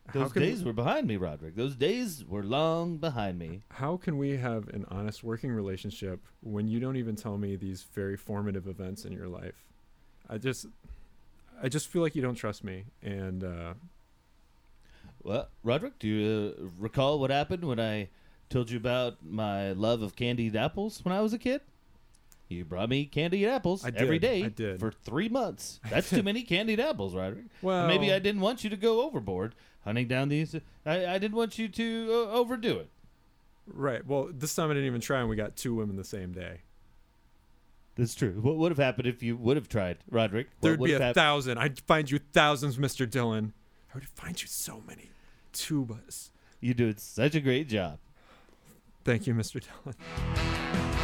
S3: how
S1: Those
S3: can
S1: days were behind me, Roderick. Those days were long behind me.
S3: how can we have an honest working relationship when you don't even tell me these very formative events in your life? I just I just feel like you don't trust me, and uh,
S1: Well, Roderick, do you uh, recall what happened when I told you about my love of candied apples when I was a kid? You brought me candied apples
S3: I
S1: every
S3: did.
S1: day
S3: I did.
S1: for three months. That's too many candied apples, Roderick.
S3: well,
S1: And Maybe I didn't want you to go overboard hunting down these. I, I didn't want you to uh, overdo it.
S3: Right. Well, this time I didn't even try, and we got two women the same day.
S1: That's true. What would have happened if you would have tried, Roderick? What
S3: There'd
S1: would
S3: be a
S1: have hap-
S3: thousand. I'd find you thousands, Mr. Dillon. I would find you so many tubas.
S1: you doing such a great job.
S3: Thank you, Mr. Dillon.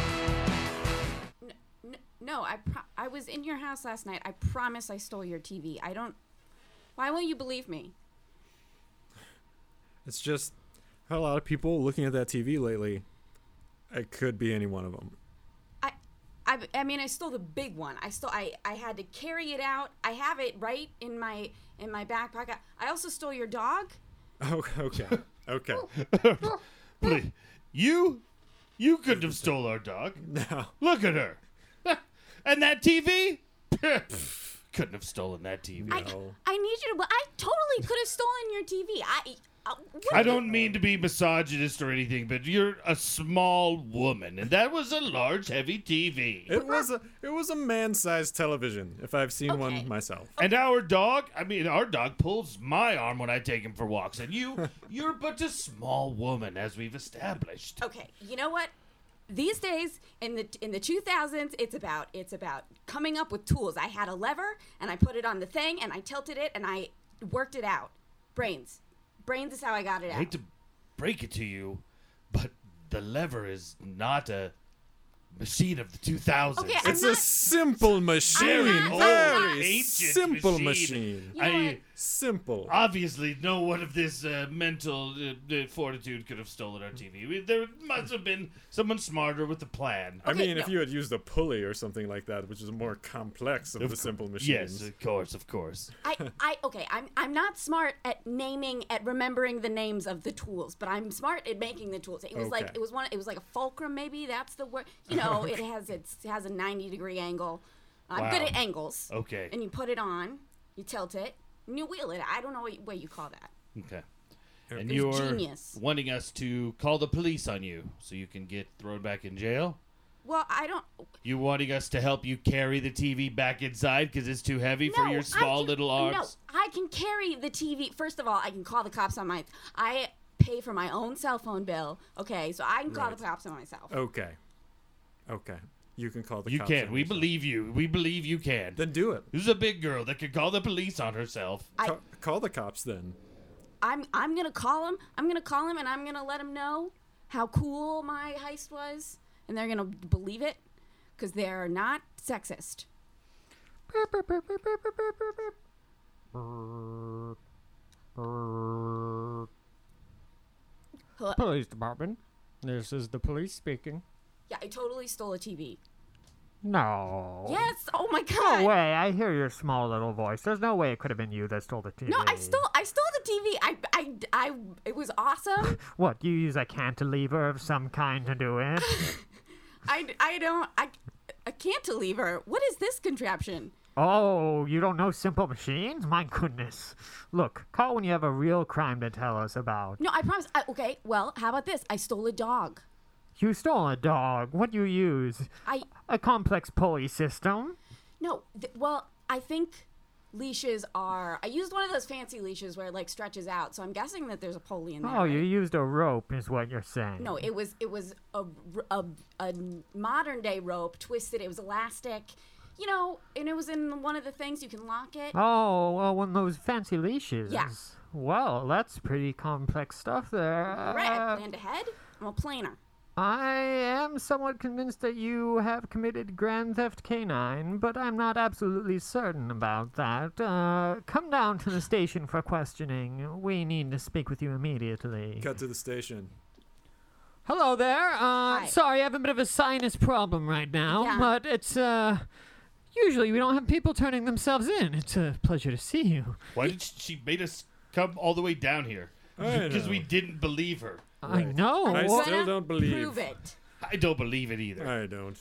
S2: N- no, I pro- I was in your house last night. I promise I stole your TV. I don't. Why won't you believe me?
S3: It's just had a lot of people looking at that TV lately. It could be any one of them.
S2: I, I, I mean, I stole the big one. I stole. I, I had to carry it out. I have it right in my in my back pocket. I also stole your dog.
S3: Oh, okay. Okay.
S1: Please. You, you couldn't have stole our dog.
S3: no.
S1: Look at her. and that TV? couldn't have stolen that TV.
S2: I,
S3: No.
S2: I need you to. I totally could have stolen your TV. I. Uh, what-
S1: I don't mean to be misogynist or anything, but you're a small woman, and that was a large, heavy TV.
S3: It was a it was a man-sized television. If I've seen
S2: Okay.
S3: one myself.
S1: And our dog, I mean, our dog pulls my arm when I take him for walks, and you, you're but a small woman, as we've established.
S2: Okay, you know what? These days in the in the 2000s, it's about it's about coming up with tools. I had a lever and I put it on the thing and I tilted it and I worked it out. Brains, brains is how I got it
S1: I
S2: out.
S1: hate to break it to you, but the lever is not a machine of the 2000s.
S2: Okay, I'm
S3: It's
S2: not-
S3: a simple machine.
S2: I'm not-
S3: Very
S1: ancient
S3: simple
S1: machine.
S3: machine.
S2: You know
S1: I-
S2: what?
S3: Simple.
S1: Obviously, no one of this uh, mental uh, uh, fortitude could have stolen our TV. We, there must have been someone smarter with a plan.
S3: I
S2: Okay,
S3: mean, if
S2: no.
S3: you had used a pulley or something like that, which is more complex of,
S1: Of
S3: the
S1: cou-
S3: simple machines.
S1: Yes, of course, of course.
S2: I, I okay I'm, I'm not smart at naming at remembering the names of the tools but i'm smart at making the tools it was like
S3: Okay.
S2: it was one it was like a fulcrum maybe that's the word you know it has it's it has a 90 degree angle i'm good
S1: Wow.
S2: at angles
S1: Okay.
S2: and you put it on you tilt it and you wheel it i don't know what you, what you call that
S1: Okay. And
S2: It's
S1: you're
S2: genius.
S1: wanting us to call the police on you so you can get thrown back in jail?
S2: well i don't
S1: You wanting us to help you carry the TV back inside because it's too heavy for
S2: no,
S1: your
S2: I
S1: small
S2: can,
S1: little arms?
S2: no i can carry the tv first of all i can call the cops on my i pay for my own cell phone bill okay so i can call the cops on myself
S1: Oh,
S3: Okay. Okay. You can call the
S1: You
S3: cops
S1: can.
S3: on
S1: We
S3: yourself.
S1: believe you. We believe you can.
S3: Then do it.
S1: This is a big girl that could call the police on herself.
S2: I-
S3: Ca- call the cops then.
S2: I'm I'm gonna call him. I'm gonna call him and I'm gonna let him know how cool my heist was, and they're gonna believe it because they're not sexist. Hello.
S7: Police department. This is the police speaking.
S2: Yeah, I totally stole a TV.
S7: No.
S2: Yes. Oh my god.
S7: No way. I hear your small little voice. There's no way it could have been you that stole the TV.
S2: No, I stole I stole the TV. I I I it was awesome.
S7: What? You use a cantilever of some kind to do it?
S2: I I don't I a cantilever. What is this contraption?
S7: Oh, you don't know simple machines? My goodness. Look, call when you have a real crime to tell us about.
S2: No, I promise. I, okay, well, how about this? I stole a dog.
S7: You stole a dog. What do you use?
S2: I
S7: A complex pulley system?
S2: No, th- well, I think leashes are. I used one of those fancy leashes where it like stretches out, so I'm guessing that there's a pulley in there.
S7: Oh, you
S2: right?
S7: used a rope, is what you're saying.
S2: No, it was it was a, r- a- a modern day rope twisted. It was elastic, you know, and it was in one of the things you can lock it.
S7: Oh, well, one of those fancy leashes. Well, that's pretty complex stuff there.
S2: Right, I
S7: Uh,
S2: planned ahead. I'm a planner.
S7: I am somewhat convinced that you have committed Grand Theft Canine, but I'm not absolutely certain about that. Uh, come down to the station for questioning. We need to speak with you immediately.
S3: Cut to the station.
S7: Hello there. Uh,
S2: Hi.
S7: sorry, I have a bit of a sinus problem right now,
S2: Yeah.
S7: but it's uh, usually we don't have people turning themselves in. It's a pleasure to see you.
S1: Why did she, she made us come all the way down here?
S3: I
S1: Because we
S3: know.
S1: didn't believe her.
S7: I
S3: Right.
S7: know.
S3: I
S7: Well,
S3: still
S2: Gonna
S3: don't believe.
S2: Prove it.
S1: I don't believe it either.
S3: I don't.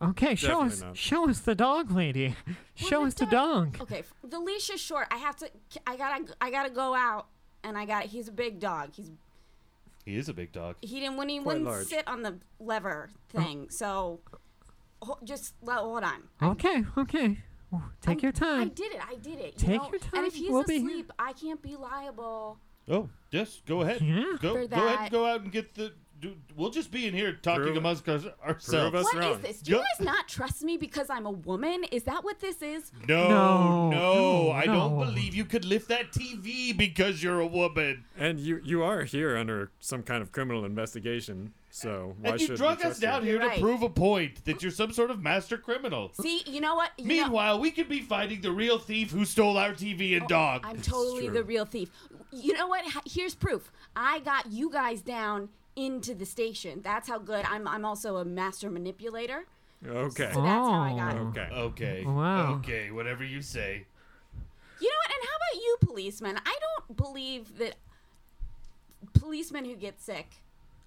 S7: okay, show
S3: Definitely
S7: us,
S3: not.
S7: show us the dog, lady. show
S2: the
S7: us the dog.
S2: Okay, f- the leash is short. I have to. I gotta. I gotta go out, and I got. to He's a big dog. He's
S1: He is a big dog.
S2: he didn't when he
S3: Quite
S2: wouldn't
S3: large.
S2: sit on the lever thing. So ho- just lo- hold on.
S7: Okay, okay. Well, Take your
S2: I
S7: time.
S2: did it. I did it. you
S7: Hmm. Take
S2: know?
S7: your
S2: And
S7: time,
S2: if he's
S7: we'll be here.
S2: asleep, I can't be liable.
S1: Oh, yes. Go ahead.
S7: Yeah.
S1: Go,
S2: For
S1: go ahead and
S2: that-
S1: go out and get the. Do, we'll just be in here talking
S3: Prove-
S1: amongst our, ourselves.
S3: us- What's
S2: What is
S3: wrong?
S2: this? Do you
S1: Yup.
S2: guys not trust me because I'm a woman? Is that what this is?
S1: No, no,
S7: No, no,
S1: I don't
S7: no.
S1: believe you could lift that TV because you're a woman.
S3: And you you are here under some kind of criminal investigation, so why
S1: and
S3: should
S1: you drug
S3: we
S1: us
S3: trust
S1: down
S3: you?
S1: here to
S2: Right.
S1: prove a point that you're some sort of master criminal.
S2: See, you know what? You know-
S1: Meanwhile, we could be fighting the real thief who stole our TV and dog.
S2: Oh, I'm totally
S3: true.
S2: the real thief. You know what? H- Here's proof. I got you guys down into the station. That's how good I'm. I'm also a master manipulator.
S3: Okay.
S2: So that's how I got.
S7: Oh.
S3: Okay.
S1: okay.
S7: Wow.
S1: Okay, whatever you say.
S2: You know what? And how about you, policemen? I don't believe that policemen who get sick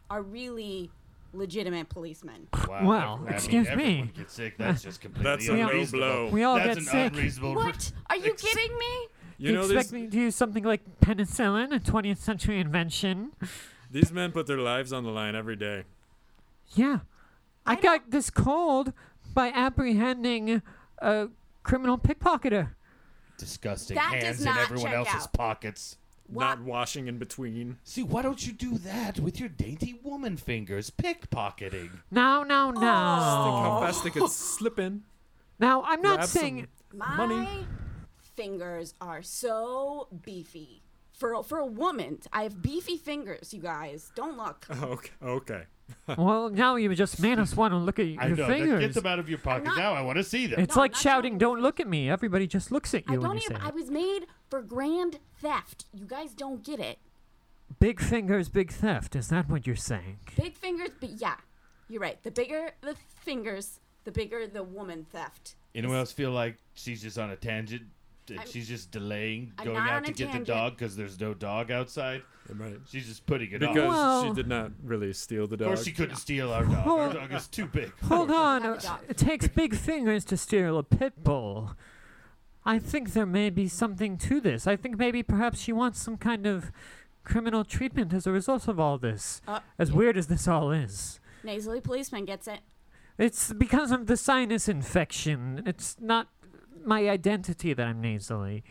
S2: are really legitimate policemen.
S1: Wow.
S7: Well,
S1: I mean,
S7: excuse
S1: everyone
S7: me.
S1: Gets sick. That's just completely
S3: That's a low
S1: unreasonable.
S3: blow.
S7: We all
S1: That's
S7: get
S1: an
S7: sick.
S1: unreasonable.
S2: What? Are you
S1: Ex-
S2: kidding me?
S3: You know
S7: expect
S3: these
S7: me to use something like penicillin, a 20th century invention?
S3: these men put their lives on the line every day.
S7: Yeah. I,
S2: I don't-
S7: got this cold by apprehending a criminal pickpocketer.
S1: Disgusting
S2: That does
S1: hands in
S2: not
S1: everyone
S2: check
S1: else's
S2: out.
S1: pockets.
S2: Wha-
S3: Not washing in between.
S1: See, why don't you do that with your dainty woman fingers? Pickpocketing.
S7: No, no, no.
S3: Think how fast they could slip in.
S7: Now, I'm not
S3: grab
S7: saying.
S3: some
S2: My
S3: money.
S2: fingers are so
S1: Oh,
S2: beefy. For a, for a woman, I have beefy fingers, you guys. Don't look.
S3: Okay. Okay.
S7: well, now you just made us want to look at your
S1: I know. that-
S7: fingers.
S1: Get them out of your pocket
S2: not-
S1: now. I want to see them.
S7: It's
S2: No,
S7: like
S2: not
S7: shouting,
S2: shouting.
S7: "Don't look at me!" Everybody just looks at you
S2: I
S7: when
S2: don't
S7: you say
S2: even.
S7: it.
S2: I was made for grand theft. You guys don't get it.
S7: Big fingers, big theft. Is that what you're saying?
S2: Big fingers, but yeah, you're right. The bigger the fingers, the bigger the woman theft.
S1: Anyone else feel like she's just on a tangent? That
S2: I'm-
S1: she's just delaying
S2: I'm
S1: going
S2: not
S1: out
S2: on
S1: to
S2: a
S1: get
S2: tangent.
S1: the dog because there's no dog outside.
S3: Right.
S1: She's just putting it
S3: Because
S1: off.
S7: Well-
S3: she did not really steal the
S1: Of
S3: dog.
S1: course, she couldn't steal our dog. Our dog is too big.
S7: Hold on.
S2: Not
S7: uh,
S2: a dog.
S7: It takes big fingers to steal a pit bull. I think there may be something to this. I think maybe perhaps she wants some kind of criminal treatment as a result of all this.
S2: Uh,
S7: as weird as this all is.
S2: Nasally policeman gets it.
S7: It's because of the sinus infection. It's not my identity that I'm nasally.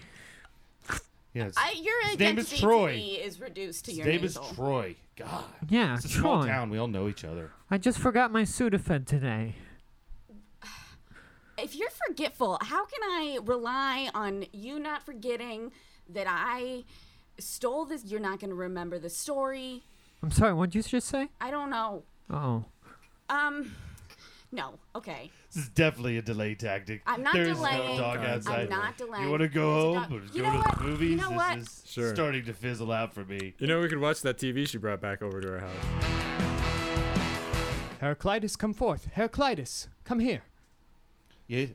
S1: Yes.
S2: I, your
S1: His
S2: identity
S1: name is
S2: to
S1: Troy.
S2: me is reduced to
S1: His
S2: your
S1: name is
S2: nasal.
S1: Troy. God.
S7: Yeah,
S1: It's a small
S7: Troy.
S1: town. We all know each other.
S7: I just forgot my Sudafed today.
S2: if you're forgetful, how can I rely on you not forgetting that I stole this? You're not going to remember the story.
S7: I'm sorry, what did you just say?
S2: I don't know.
S7: Oh.
S2: Um, no. Okay.
S1: This is definitely a delay tactic.
S2: I'm not
S1: There's
S2: delaying.
S1: No dog
S3: I'm
S1: outside.
S2: not delaying.
S1: You want to go
S2: There's a
S1: home or
S2: dog-
S1: go
S2: You know
S1: to
S2: what?
S1: the
S2: You
S1: movies?
S2: know
S1: this
S2: what?
S1: is
S3: Sure.
S1: starting to fizzle out for me.
S3: you know, we could watch that TV she brought back over to our house.
S8: Heraclitus, come forth. Heraclitus, come here.
S1: Yes.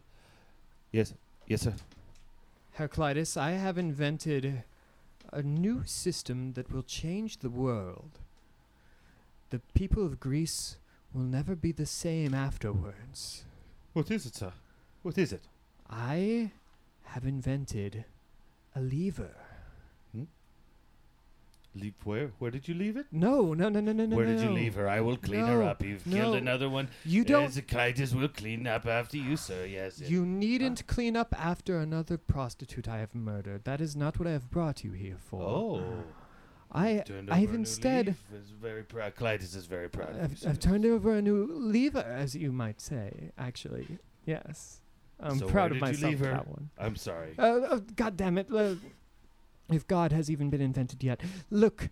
S1: Yes. Yes, sir.
S8: Heraclitus, I have invented a new system that will change the world. The people of Greece will never be the same afterwards.
S1: What is it, sir? What is it?
S8: I have invented a lever.
S1: Leave where? Where did you leave it?
S8: No, no, no, no, no, no.
S1: Where did you
S8: no.
S1: leave her? I will clean her
S8: No,
S1: up. You've killed
S8: no.
S1: another one.
S8: You don't.
S1: Hezekiah will clean up after you, sir. Yes. yes.
S8: You needn't
S1: Ah.
S8: clean up after another prostitute I have murdered. That is not what I have brought you here for.
S1: Oh.
S8: I,
S1: Turned over a
S8: I've
S1: new
S8: instead
S1: leaf. Is very proud. Clytus is very proud. of you,
S8: I've,
S1: sir.
S8: I've turned over a new lever, as you might say. Actually, yes, I'm
S1: So
S8: proud
S1: why did
S8: of
S1: you
S8: myself
S1: leave
S8: for
S1: her?
S8: that one.
S1: I'm sorry.
S8: Uh, uh, God damn it! uh, if God has even been invented yet, look,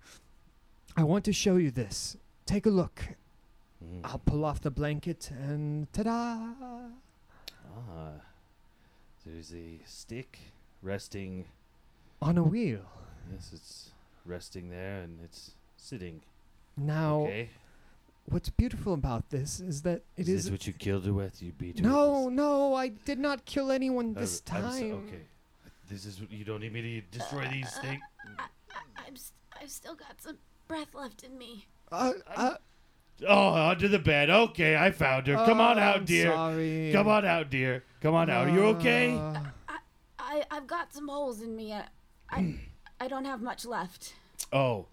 S8: I want to show you this. Take a look.
S1: Mm.
S8: I'll pull off the blanket, and ta-da!
S1: Ah, there's a stick resting.
S8: On a wheel.
S1: Yes, it's resting there and it's sitting.
S8: Now,
S1: okay,
S8: what's beautiful about this is that it
S1: is
S8: is.
S1: this what you killed her with? You beat her.
S8: no,
S1: with
S8: no, I did not kill anyone
S1: this?
S8: this
S1: Oh, I'm
S8: time.
S1: so- okay, this is what you don't need me to destroy these
S2: Uh,
S1: things.
S2: I'm. St- I've still got some breath left in me.
S8: Uh, uh,
S1: Oh, under the bed. Okay, I found her. Come on
S8: oh,
S1: out,
S8: I'm
S1: dear.
S8: Sorry.
S1: Come on out, dear. Come on out. You okay?
S8: Uh,
S2: I. I've got some holes in me. I. I, I don't have much left.
S1: Oh,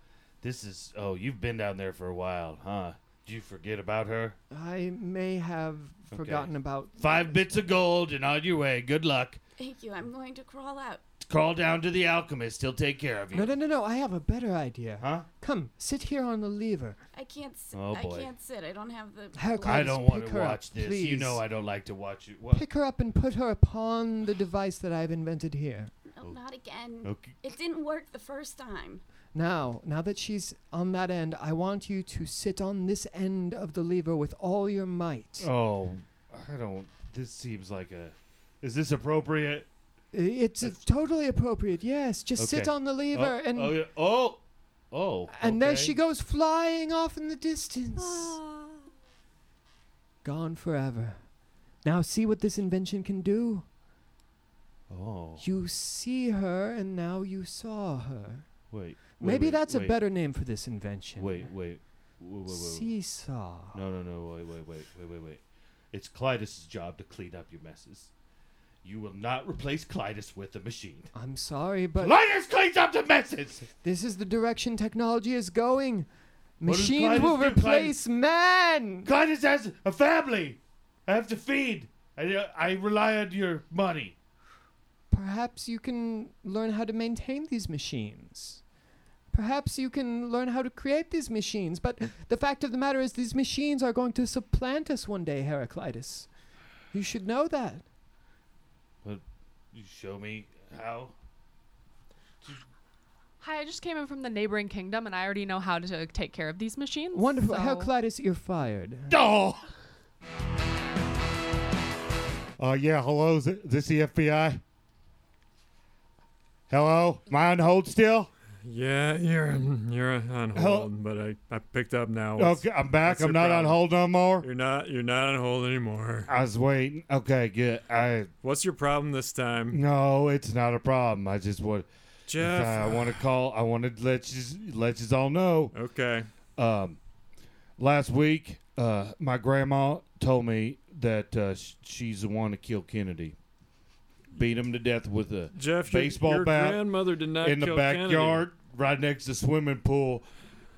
S1: this is. Oh, you've been down there for a while, huh? Did you forget about her?
S8: I may have forgotten about.
S1: Five bits of gold and on your way. Good luck.
S2: Thank you. I'm going to crawl out.
S1: Crawl down to the alchemist. He'll take care of you.
S8: No, no, no, no. I have a better idea.
S1: Huh?
S8: Come, sit here on the lever.
S2: I can't. s
S1: Oh,
S2: I
S1: boy.
S2: can't sit. I don't have the.
S8: Heraclitus,
S1: I don't want
S8: pick
S1: to
S8: her up,
S1: watch this.
S8: Please.
S1: You know I don't like to watch it. Well,
S8: Pick her up and put her upon the device that I've invented here.
S2: No, not again.
S1: okay.
S2: It didn't work the first time.
S8: Now, now that she's on that end, I want you to sit on this end of the lever with all your might.
S1: Oh, I don't. This seems like a. Is this appropriate?
S8: I- It's uh,
S1: That's-
S8: totally appropriate. Yes, just sit
S1: Okay.
S8: on the lever
S1: oh,
S8: and
S1: oh, yeah. oh, oh.
S8: and there she
S1: okay.
S8: goes flying off in the distance. Gone forever. Now see what this invention can do.
S1: Oh,
S8: You see her, and now you saw her.
S1: wait. wait,
S8: Maybe
S1: wait,
S8: that's
S1: wait,
S8: a better name for this invention.
S1: Wait, wait, wait, wait, wait.
S8: Seesaw.
S1: No, no, no. Wait, wait, wait, wait, wait, wait. It's Clytus' job to clean up your messes. You will not replace Clytus with a machine.
S8: I'm sorry, but
S1: Clytus cleans up the messes.
S8: this is the direction technology is going.
S1: does
S8: Machines will
S1: Clytus do, Clytus?
S8: replace man.
S1: Gladys has a family. I have to feed. I, I rely on your money.
S8: Perhaps you can learn how to maintain these machines. Perhaps you can learn how to create these machines, but the fact of the matter is, these machines are going to supplant us one day, Heraclitus. You should know that.
S1: You show me how.
S4: Hi, I just came in from the neighboring kingdom, and I already know how to take care of these machines.
S8: Wonderful. How
S4: so-
S8: Clytus, you're fired.
S1: Oh,
S6: Uh, yeah, hello, is it- this the FBI? Hello? Am I on hold still?
S3: Yeah, you're you're on
S6: Hello?
S3: hold, but I, I picked up now. It's-
S6: Okay, I'm back.
S3: what's your
S6: I'm not on
S3: problem?
S6: hold no more.
S3: You're not you're not on hold anymore.
S6: I was waiting. Okay, good. I
S3: What's your problem this time,
S6: no, it's not a problem. I just want I
S3: Jeff?
S6: want to call. I want to let you let you all know.
S3: Okay.
S6: Um, last week, uh, my grandma told me that uh, sh- she's the one to kill Kennedy, beat him to death with a
S3: Jeff, your-
S6: baseball
S3: your,
S6: bat
S3: grandmother did not
S6: in the
S3: kill Kennedy.
S6: backyard, right next to the swimming pool,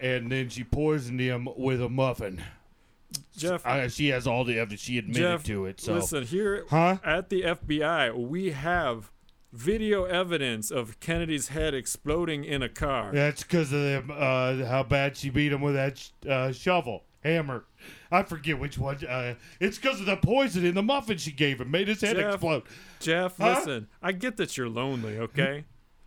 S6: and then she poisoned him with a muffin.
S3: Jeff,
S6: I, she has all the evidence. She admitted
S3: Jeff,
S6: to it. So
S3: listen here
S6: Huh?
S3: at the FBI, we have video evidence of Kennedy's head exploding in a car.
S6: that's because of the, uh, how bad she beat him with that sh- uh, shovel. Hammer, I forget which one. Uh, it's because of the poison in the muffin she gave him, made his head
S3: Jeff.
S6: explode.
S3: Jeff,
S6: Huh?
S3: listen, I get that you're lonely, okay?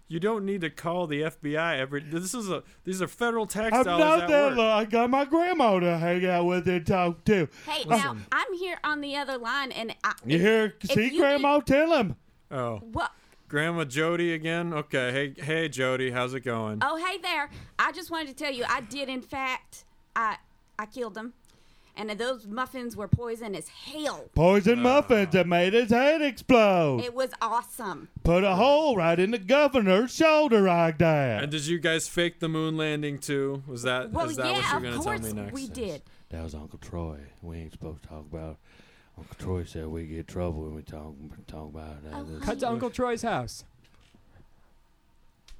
S3: You don't need to call the FBI every. This is a. These are federal tax
S6: I'm
S3: dollars
S6: not
S3: at
S6: that
S3: work.
S6: low. I got my grandma to hang out with and talk to. Uh,
S2: Hey, now I'm here on the other line, and I,
S6: You hear? See,
S2: you
S6: grandma, tell him.
S3: Oh,
S2: what?
S3: Grandma Jody again. Okay, hey, hey Jody, how's it going?
S2: Oh, hey there. I just wanted to tell you, I did in fact, I I killed him, and those muffins were poison as hell.
S6: Poison
S3: Uh.
S6: muffins that made his head explode.
S2: It was awesome.
S6: Put a hole right in the governor's shoulder like that.
S3: And did you guys fake the moon landing too? Was that is
S2: Well,
S3: that what
S2: yeah,
S3: you're
S2: of
S3: gonna
S2: course
S3: tell me next?
S2: we did.
S1: that was Uncle Troy. We ain't supposed to talk about. Uncle Troy said we get trouble when we talk talk about
S3: Oh,
S5: Oh,
S1: that.
S8: Cut to Uncle Troy's house.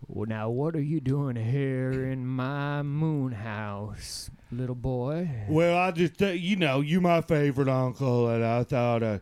S8: Well, now what are you doing here in my moon house, little boy?
S6: Well, I just, uh, you know, you my favorite uncle, and I thought uh,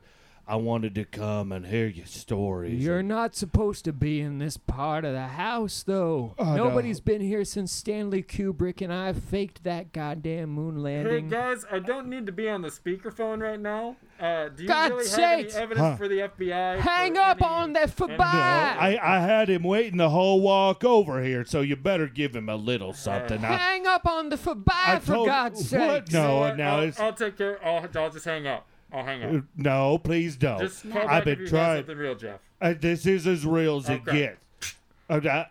S6: I wanted to come and hear your stories.
S8: You're not supposed to be in this part of the house, though.
S6: I
S8: Nobody's been here since Stanley Kubrick, and I faked that goddamn moon landing.
S3: guys, I don't need to be on the speakerphone right now. Uh, do you
S8: God really have any sakes!
S3: evidence
S6: Huh.
S3: for the FBI?
S8: Hang up on that for
S3: No,
S6: No, I, I had him waiting the whole walk over here, so you better give him a little something. I,
S8: Hang up on the for
S6: I
S8: bye, for
S6: told-
S8: God's sake.
S6: What? No, no, it's, Uh,
S3: take care. I'll, I'll just hang up. I'll hang
S6: no, please don't. I've been trying.
S3: real, Jeff.
S6: Uh, this is as real as it
S3: Okay.
S6: gets. Uh, I-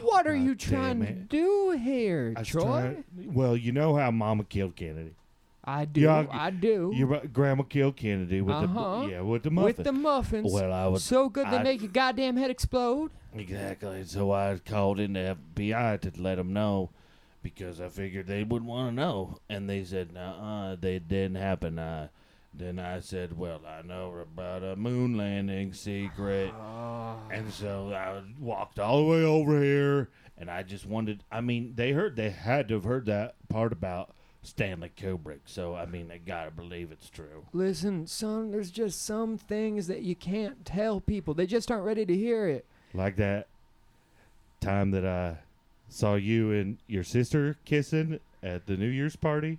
S8: What are
S6: God
S8: you
S6: damn
S8: trying to
S6: it.
S8: do here,
S6: I was
S8: Troy?
S6: trying- well, you know how Mama killed Kennedy.
S8: I do.
S6: Yeah, I-
S8: I do.
S6: Your uh, grandma killed Kennedy with
S8: Uh-huh.
S6: the yeah with the muffin.
S8: With the muffins.
S6: Well, I was
S8: so good they
S6: I-
S8: make your goddamn head explode.
S1: Exactly. So I called in the FBI to let them know because I figured they would want to know. And they said, uh uh, they didn't happen. Uh, then I said, well, I know about a moon landing
S8: Ah.
S1: secret.
S6: And so I walked all the way over here, and I just wanted. I mean, they heard they had to have heard that part about Stanley Kubrick. So I mean, they gotta believe it's true.
S8: Listen, son, there's just some things that you can't tell people. They just aren't ready to hear it.
S6: Like that time that I saw you and your sister kissing at the New Year's party.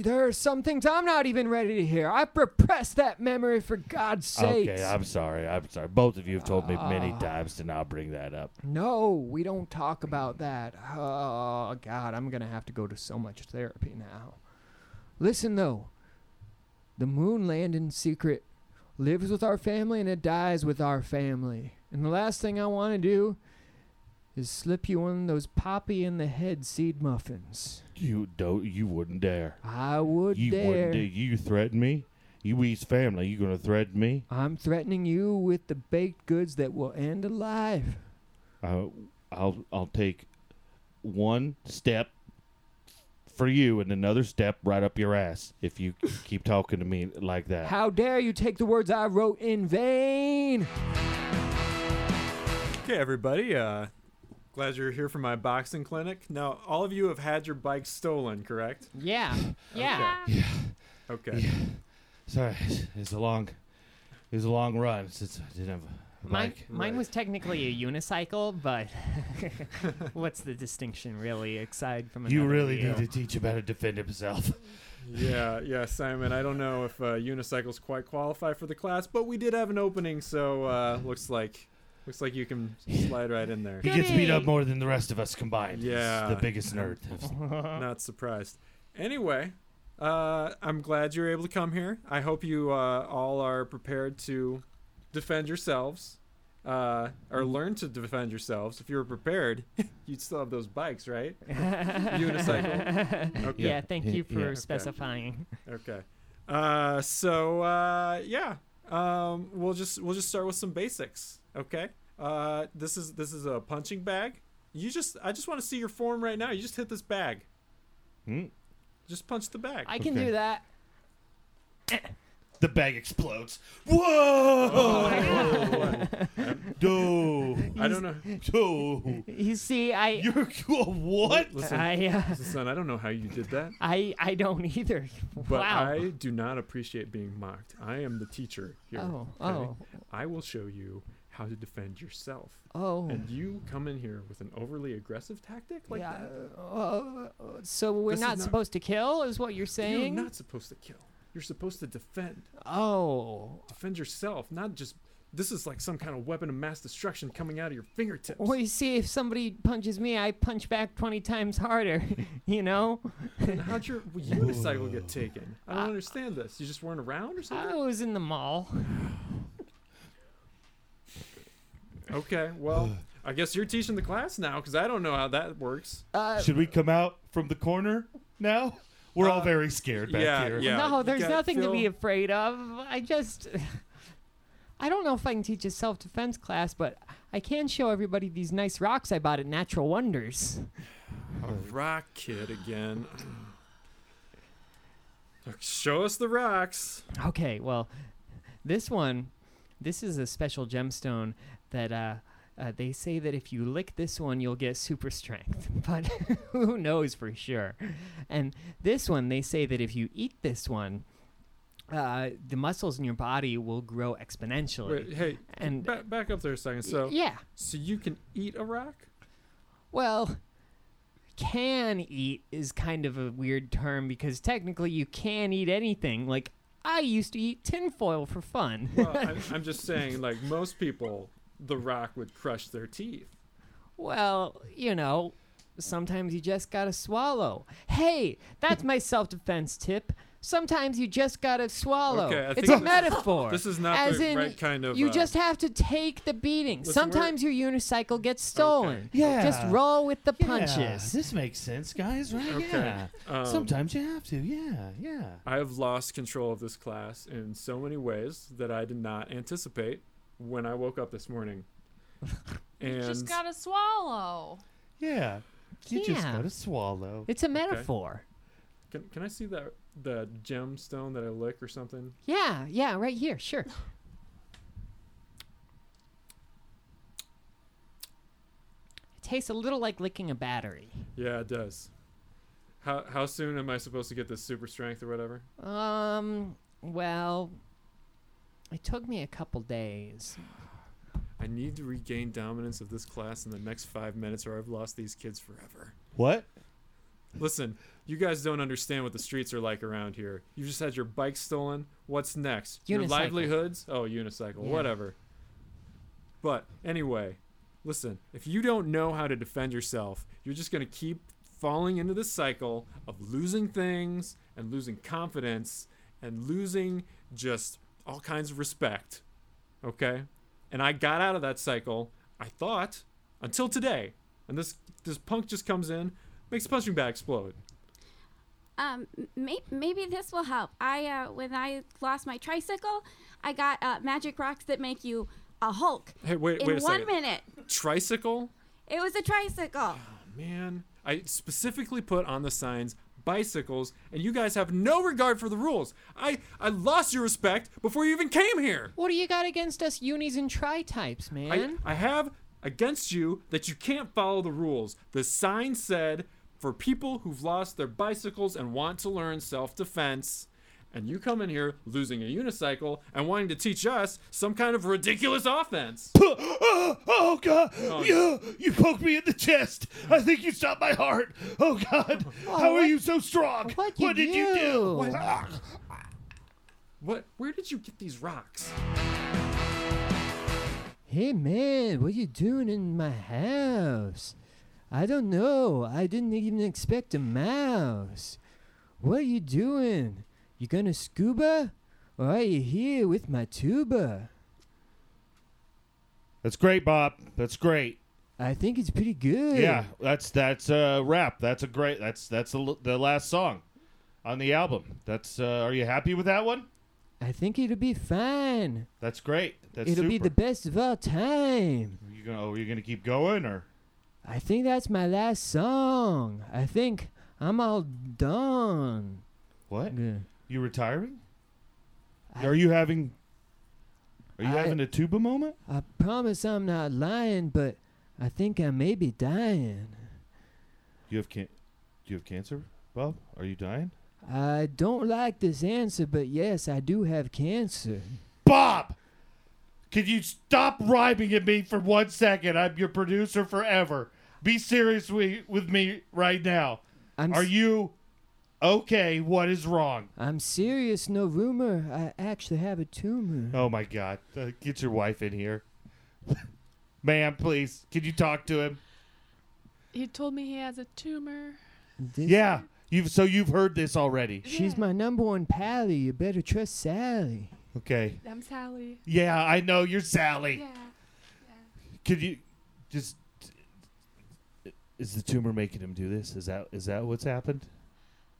S8: There are some things I'm not even ready to hear. I've repressed that memory for God's sake.
S6: Okay, I'm sorry. I'm sorry. Both of you have told me many
S8: Ah.
S6: times to not bring that up.
S8: No, we don't talk about that. Oh, God, I'm going to have to go to so much therapy now. Listen, though, the moon landing secret lives with our family and it dies with our family. And the last thing I want to do is slip you one of those poppy in the head seed muffins.
S6: You don't. You wouldn't dare.
S8: I would
S6: You
S8: dare.
S6: wouldn't. Do. You threaten me. You we's family. You gonna threaten me?
S8: I'm threatening you with the baked goods that will end a life.
S6: Uh, I'll I'll take one step for you and another step right up your ass if you keep talking to me like that.
S8: How dare you take the words I wrote in vain?
S3: Okay, everybody. Uh, glad you're here for my boxing clinic. Now, all of you have had your bikes stolen, correct?
S8: Yeah.
S3: Yeah. Okay.
S6: Sorry, it's a long it's a long run since I didn't have a bike.
S10: Mine, mine
S3: Right.
S10: was technically a unicycle, but what's the distinction really aside from
S6: you
S10: another
S6: really
S10: wheel?
S6: need to teach him how to defend himself.
S3: Yeah, yeah, Simon. I don't know if uh, unicycles quite qualify for the class, but we did have an opening, so uh, looks like Looks like you can slide right in there.
S6: He gets beat up more than the rest of us combined. He's
S3: Yeah.
S6: the biggest nerd.
S3: Not surprised. Anyway, uh, I'm glad you were able to come here. I hope you uh, all are prepared to defend yourselves uh, or learn to defend yourselves. If you were prepared, you'd still have those bikes, right? Unicycle. Okay.
S10: Yeah, thank you
S6: Yeah.
S10: for
S6: Okay.
S10: specifying.
S3: Okay. Uh, so uh, yeah, um, we'll just we'll just start with some basics. Okay. Uh, this is this is a punching bag. You just I just want to see your form right now. You just hit this bag.
S6: Hmm.
S3: Just punch the bag.
S10: I can
S6: Okay.
S10: do that.
S6: The bag explodes. Whoa! Do.
S3: Oh, I don't know.
S6: Do.
S10: You see, I
S6: You're what?
S3: Listen,
S10: I uh,
S3: listen, son, I don't know how you did that,
S10: I I don't either.
S3: but
S10: wow.
S3: I do not appreciate being mocked. I am the teacher here.
S10: oh,
S3: okay?
S10: oh,
S3: I will show you how to defend yourself.
S10: oh.
S3: And you come in here with an overly aggressive tactic like
S10: yeah.
S3: that?
S10: uh, uh, so we're
S3: This is
S10: not,
S3: not-
S10: supposed to kill, is what you're saying?
S3: You're not supposed to kill. You're supposed to defend.
S10: oh.
S3: Defend yourself, not just. This is like some kind of weapon of mass destruction coming out of your fingertips.
S10: Well, you see, if somebody punches me, I punch back 20 times harder, you know?
S3: And how'd your unicycle get taken? I
S5: Ah.
S3: don't
S10: Uh,
S3: understand this. You just weren't around or
S10: I
S3: something?
S10: was in the mall.
S3: Okay, well, I guess you're teaching the class now because I don't know how that works.
S10: Uh,
S6: Should we come out from the corner now? We're all very scared back
S3: Uh, yeah,
S6: here.
S3: yeah.
S10: no,
S3: you
S10: there's
S3: gotta
S10: nothing to be
S3: feel-
S10: afraid of. I just. I don't know if I can teach a self defense class, but I can show everybody these nice rocks I bought at Natural Wonders.
S3: A rock kid again. Look, Show us the rocks.
S10: Okay, well, this one, this is a special gemstone that uh, uh, they say that if you lick this one, you'll get super strength. But who knows for sure? And this one, they say that if you eat this one, uh, the muscles in your body will grow exponentially.
S3: Wait, hey,
S10: and
S3: ba- back up there a second. So,
S10: yeah,
S3: so you can eat a rock?
S10: well, can eat is kind of a weird term because technically you can eat anything. Like I used to eat tinfoil for fun.
S3: Well, I, I'm just saying, like most people, the rock would crush their teeth.
S10: Well, you know, sometimes you just gotta swallow. Hey, that's my self defense tip. Sometimes you just gotta swallow.
S3: Okay, I
S10: it's
S3: think
S10: a
S3: this-
S10: metaphor.
S3: This is not
S10: As
S3: the
S10: in,
S3: right kind of.
S10: you
S3: uh,
S10: just have to take the beating.
S3: Listen, we're-
S10: Sometimes your unicycle gets stolen.
S6: Yeah.
S10: Just roll with the
S6: Yeah,
S10: punches.
S6: This makes sense, guys, right?
S3: Okay.
S6: Yeah.
S3: um,
S6: Sometimes you have to. Yeah, yeah.
S3: I have lost control of this class in so many ways that I did not anticipate when I woke up this morning. And
S4: Just gotta swallow.
S6: Yeah. You just
S10: Yeah.
S6: gotta swallow.
S10: It's a metaphor.
S3: can, can I see that the gemstone that I lick or something?
S10: Yeah, yeah, right here, sure. It tastes a little like licking a battery.
S3: Yeah, it does. How how soon am I supposed to get this super strength or whatever?
S10: Um, well, it took me a couple days.
S3: I need to regain dominance of this class in the next five minutes, or I've lost these kids forever.
S6: What?
S3: Listen, you guys don't understand what the streets are like around here. You just had your bike stolen. What's next? Your
S10: Unicycle.
S3: livelihoods? Oh, unicycle,
S10: Yeah.
S3: whatever. But anyway, listen, if you don't know how to defend yourself, you're just going to keep falling into this cycle of losing things and losing confidence and losing just all kinds of respect. Okay? And I got out of that cycle, I thought, until today. And this this punk just comes in, makes the punching bag explode.
S2: Um, may- maybe this will help. I uh, when I lost my tricycle, I got uh, magic rocks that make you a Hulk
S3: Hey, wait,
S2: in
S3: wait a
S2: one
S3: second.
S2: minute.
S3: Tricycle?
S2: It was a tricycle.
S3: Man, I specifically put on the signs bicycles, and you guys have no regard for the rules. I I lost your respect before you even came here.
S10: What do you got against us unis and tri types,
S3: I,
S10: man?
S3: I have against you that you can't follow the rules. The sign said for people who've lost their bicycles and want to learn self-defense. And you come in here losing a unicycle and wanting to teach us some kind of ridiculous offense.
S6: Oh, oh, God! you, you poked me in the chest. I think you stopped my heart. Oh God! How are
S10: what-
S6: you so strong?
S10: what you
S6: did you do?
S10: do?
S6: What-
S5: Oh.
S6: ah.
S3: What? Where did you get these rocks?
S8: Hey man, what you doing in my house? I don't know. I didn't even expect a mouse. What are you doing? You gonna scuba? Or are you here with my tuba?
S6: That's great, Bob. That's great.
S8: I think it's pretty good.
S6: Yeah, that's that's a rap. That's a great. That's that's the, l- the last song on the album. That's. Uh, are you happy with that one?
S8: I think it'll be fine.
S6: That's great. That's
S8: it'll be
S6: super.
S8: the best of all
S3: Mm-hmm.
S8: time.
S6: You gonna oh, you gonna keep going or?
S8: I think that's my last song. I think I'm all done.
S6: What?
S8: Yeah.
S6: You retiring?
S8: I-
S6: are you having? Are you
S8: I-
S6: having a tuba moment?
S8: I promise I'm not lying, but I think I may be dying.
S6: You have can? Do you have cancer, Bob? Are you dying?
S8: I don't like this answer, but yes, I do have cancer.
S6: Bob, could you stop rhyming at me for one second? I'm your producer forever. Be serious we, with me right now.
S8: I'm
S6: Are
S8: s-
S6: you okay? What is wrong?
S8: I'm serious, no rumor. I actually have a tumor.
S6: Oh my God! Uh, get your wife in here, ma'am. Please, could you talk to him?
S4: He told me he has a tumor.
S8: This-
S6: Yeah, you've so you've heard this already.
S8: She's my number one pally. You better trust Sally.
S6: Okay.
S4: I'm Sally.
S6: Yeah, I know you're Sally.
S4: Yeah.
S6: Could you just? Is the tumor making him do this? Is that is that what's happened?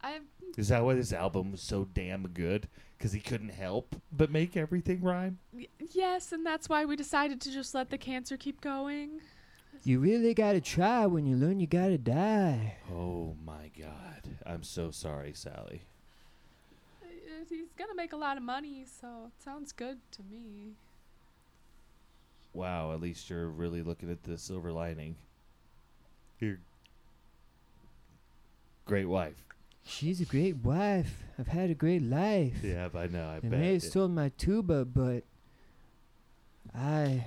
S4: I'm
S6: Is that why this album was so damn good? Because he couldn't help but make everything rhyme.
S4: y- yes, and that's why we decided to just let the cancer keep going.
S8: You really gotta try when you learn you gotta die.
S6: Oh my god! I'm so sorry, Sally.
S4: Uh, He's gonna make a lot of money, so it sounds good to me.
S6: Wow, at least you're really looking at the silver lining. You're great wife.
S8: She's a great wife. I've had a great life.
S6: Yeah, I know. I
S8: I may have
S6: bet.
S8: stolen my tuba, but I.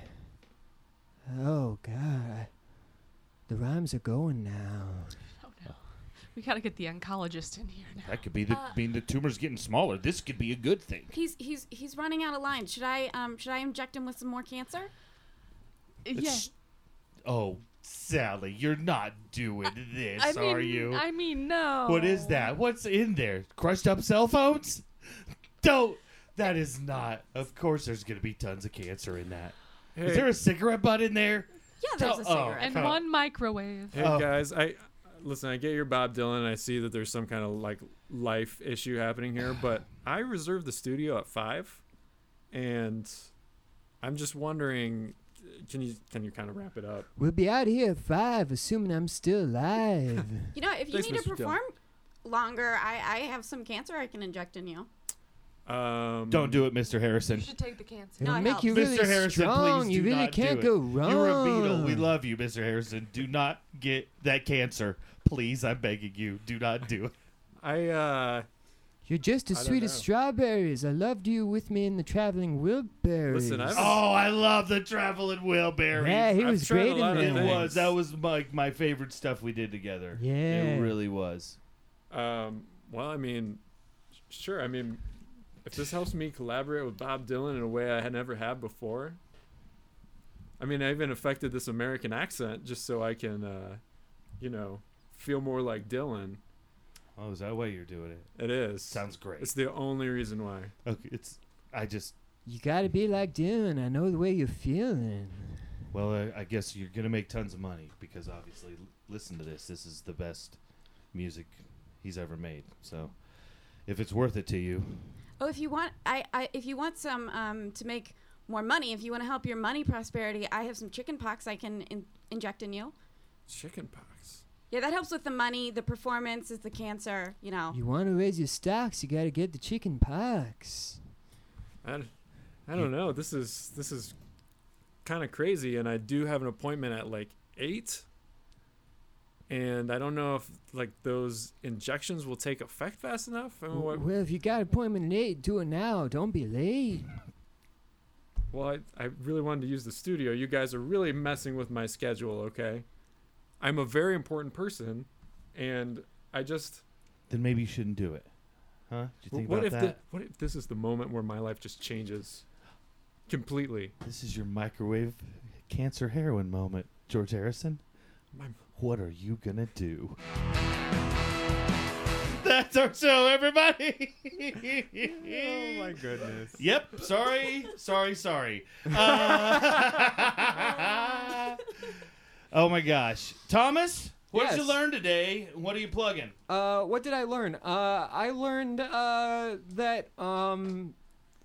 S8: Oh God, I, the rhymes are going now.
S4: Oh no. We gotta get the oncologist in here now.
S6: That could be the. I mean, the tumor's getting smaller. This could be a good thing.
S2: He's he's he's running out of line. Should I um should I inject him with some more cancer?
S4: yeah.
S6: It's- Oh, Sally, you're not doing this,
S4: I mean,
S6: are you?
S4: I mean, no.
S6: What is that? What's in there? Crushed up cell phones? Don't. That is not. Of course, there's going to be tons of cancer in that. Is
S3: Hey.
S6: there a cigarette butt in there?
S2: Yeah, there's a
S6: Oh, oh.
S2: cigarette.
S4: And one microwave.
S3: Hey
S6: Oh.
S3: guys, I listen. I get your Bob Dylan, and I see that there's some kind of like life issue happening here. But I reserved the studio at five, and I'm just wondering, can you can you kind of wrap it up?
S8: We'll be out here at five, assuming I'm still alive.
S2: You know, if you
S3: Thanks,
S2: need to
S3: Mr. Dillon.
S2: perform longer, I I have some cancer I can inject in you.
S3: Um,
S6: Don't do it, Mr. Harrison.
S4: should take the cancer.
S8: It'll
S2: it
S8: make you
S6: Mr.
S8: really
S6: Harrison,
S8: strong.
S6: please
S8: you
S6: do
S8: really
S6: not do
S8: can't
S6: it.
S8: go wrong.
S6: You're a beetle. We love you, Mr. Harrison. Do not get that cancer. Please, I'm begging you. Do not do it.
S3: I uh,
S8: You're just as
S3: I don't
S8: sweet as
S3: know.
S8: strawberries. I loved you with me in the traveling Wilburys.
S3: Listen, I've-
S6: Oh, I love the traveling wheelbarrow.
S8: yeah, he
S3: I've
S8: was
S3: tried a
S8: great in
S3: lot of
S8: that.
S6: It
S3: Thanks.
S6: was. That was my my favorite stuff we did together.
S8: Yeah.
S6: It really was.
S3: um, well, I mean, s- sure. I mean, if this helps me collaborate with Bob Dylan in a way I had never had before. I mean, I even affected this American accent just so I can, uh, you know, feel more like Dylan.
S6: Oh, is that why you're doing it?
S3: It is.
S6: Sounds great.
S3: It's the only reason why.
S6: Okay, it's. I just.
S8: You gotta be like Dylan. I know the way you're feeling.
S6: Well, I, I guess you're gonna make tons of money because obviously, l- listen to this. This is the best music he's ever made. So, if it's worth it to you,
S2: Oh, if you want, I, I if you want some um, to make more money, if you want to help your money prosperity, I have some chicken pox I can in- inject in you.
S3: Chicken pox.
S2: Yeah, that helps with the money, the performance, is the cancer. You know,
S8: You wanna raise your stocks, you gotta get the chicken pox.
S3: I, d- I don't know. This is this is kind of crazy, and I do have an appointment at like eight. And I don't know if like those injections will take effect fast enough. I mean, what,
S8: Well, if you got an appointment at 8, do it now. Don't be late.
S3: well, I, I really wanted to use the studio. You guys are really messing with my schedule. Okay, I'm a very important person, and I just
S6: then maybe you shouldn't do it. Huh? Did you think
S3: what
S6: about
S3: if
S6: that?
S3: the, what if this is the moment where my life just changes completely?
S6: This is your microwave
S1: cancer heroin moment, George Harrison.
S3: My-
S1: What are you gonna do? That's our show, everybody.
S3: Oh my goodness.
S1: Yep. Sorry. sorry. Sorry. Uh, oh my gosh, Thomas, what did you
S10: Yes.
S1: learn today? What are you plugging?
S10: Uh, what did I learn? Uh, I learned uh, that um,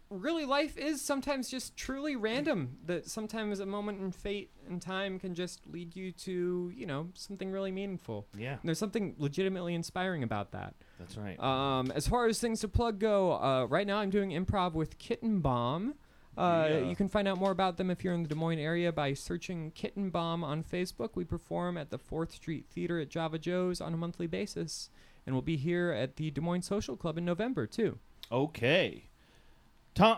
S10: really life is sometimes just truly random. That sometimes a moment in fate and time can just lead you to, you know, something really meaningful.
S1: Yeah,
S10: And there's something legitimately inspiring about that.
S1: that's right.
S10: Um, as far as things to plug go, uh, right now I'm doing improv with Kitten Bomb. Uh,
S1: Yeah.
S10: You can find out more about them if you're in the Des Moines area by searching Kitten Bomb on Facebook. We perform at the 4th Street Theater at Java Joe's on a monthly basis. And we'll be here at the Des Moines Social Club in November, too.
S1: Okay. Tom,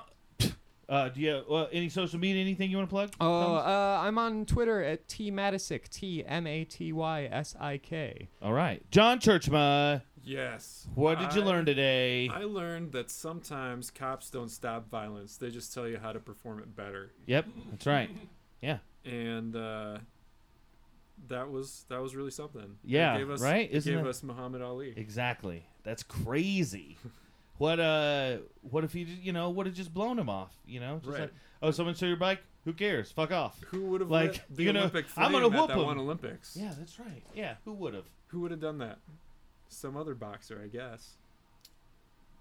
S1: uh, do you have, uh, any social media, anything you want to plug?
S10: Oh,
S1: Thomas?
S10: uh, I'm on Twitter at T Matysik, T M A T Y S I K.
S1: All right. John Churchma,
S3: Yes.
S1: what did you
S3: I-
S1: learn today?
S3: I learned that sometimes cops don't stop violence; they just tell you how to perform it better.
S1: yep, that's right.
S3: And uh, that was that was really something. It
S1: Yeah,
S3: gave us,
S1: right?
S3: it
S1: Isn't
S3: gave
S1: it-
S3: us Muhammad Ali.
S1: Exactly. That's crazy. What uh? What if you just- you know would have just blown him off? You know, just
S3: Right.
S1: like oh someone stole your bike. Who cares? Fuck off.
S3: Who would have
S1: Like,
S3: lit the
S1: you know,
S3: Olympic flame
S1: I'm gonna
S3: at
S1: whoop
S3: that
S1: him.
S3: one Olympics?
S1: Yeah, that's right. Yeah, who would have?
S3: Who would have done that? Some other boxer, I guess.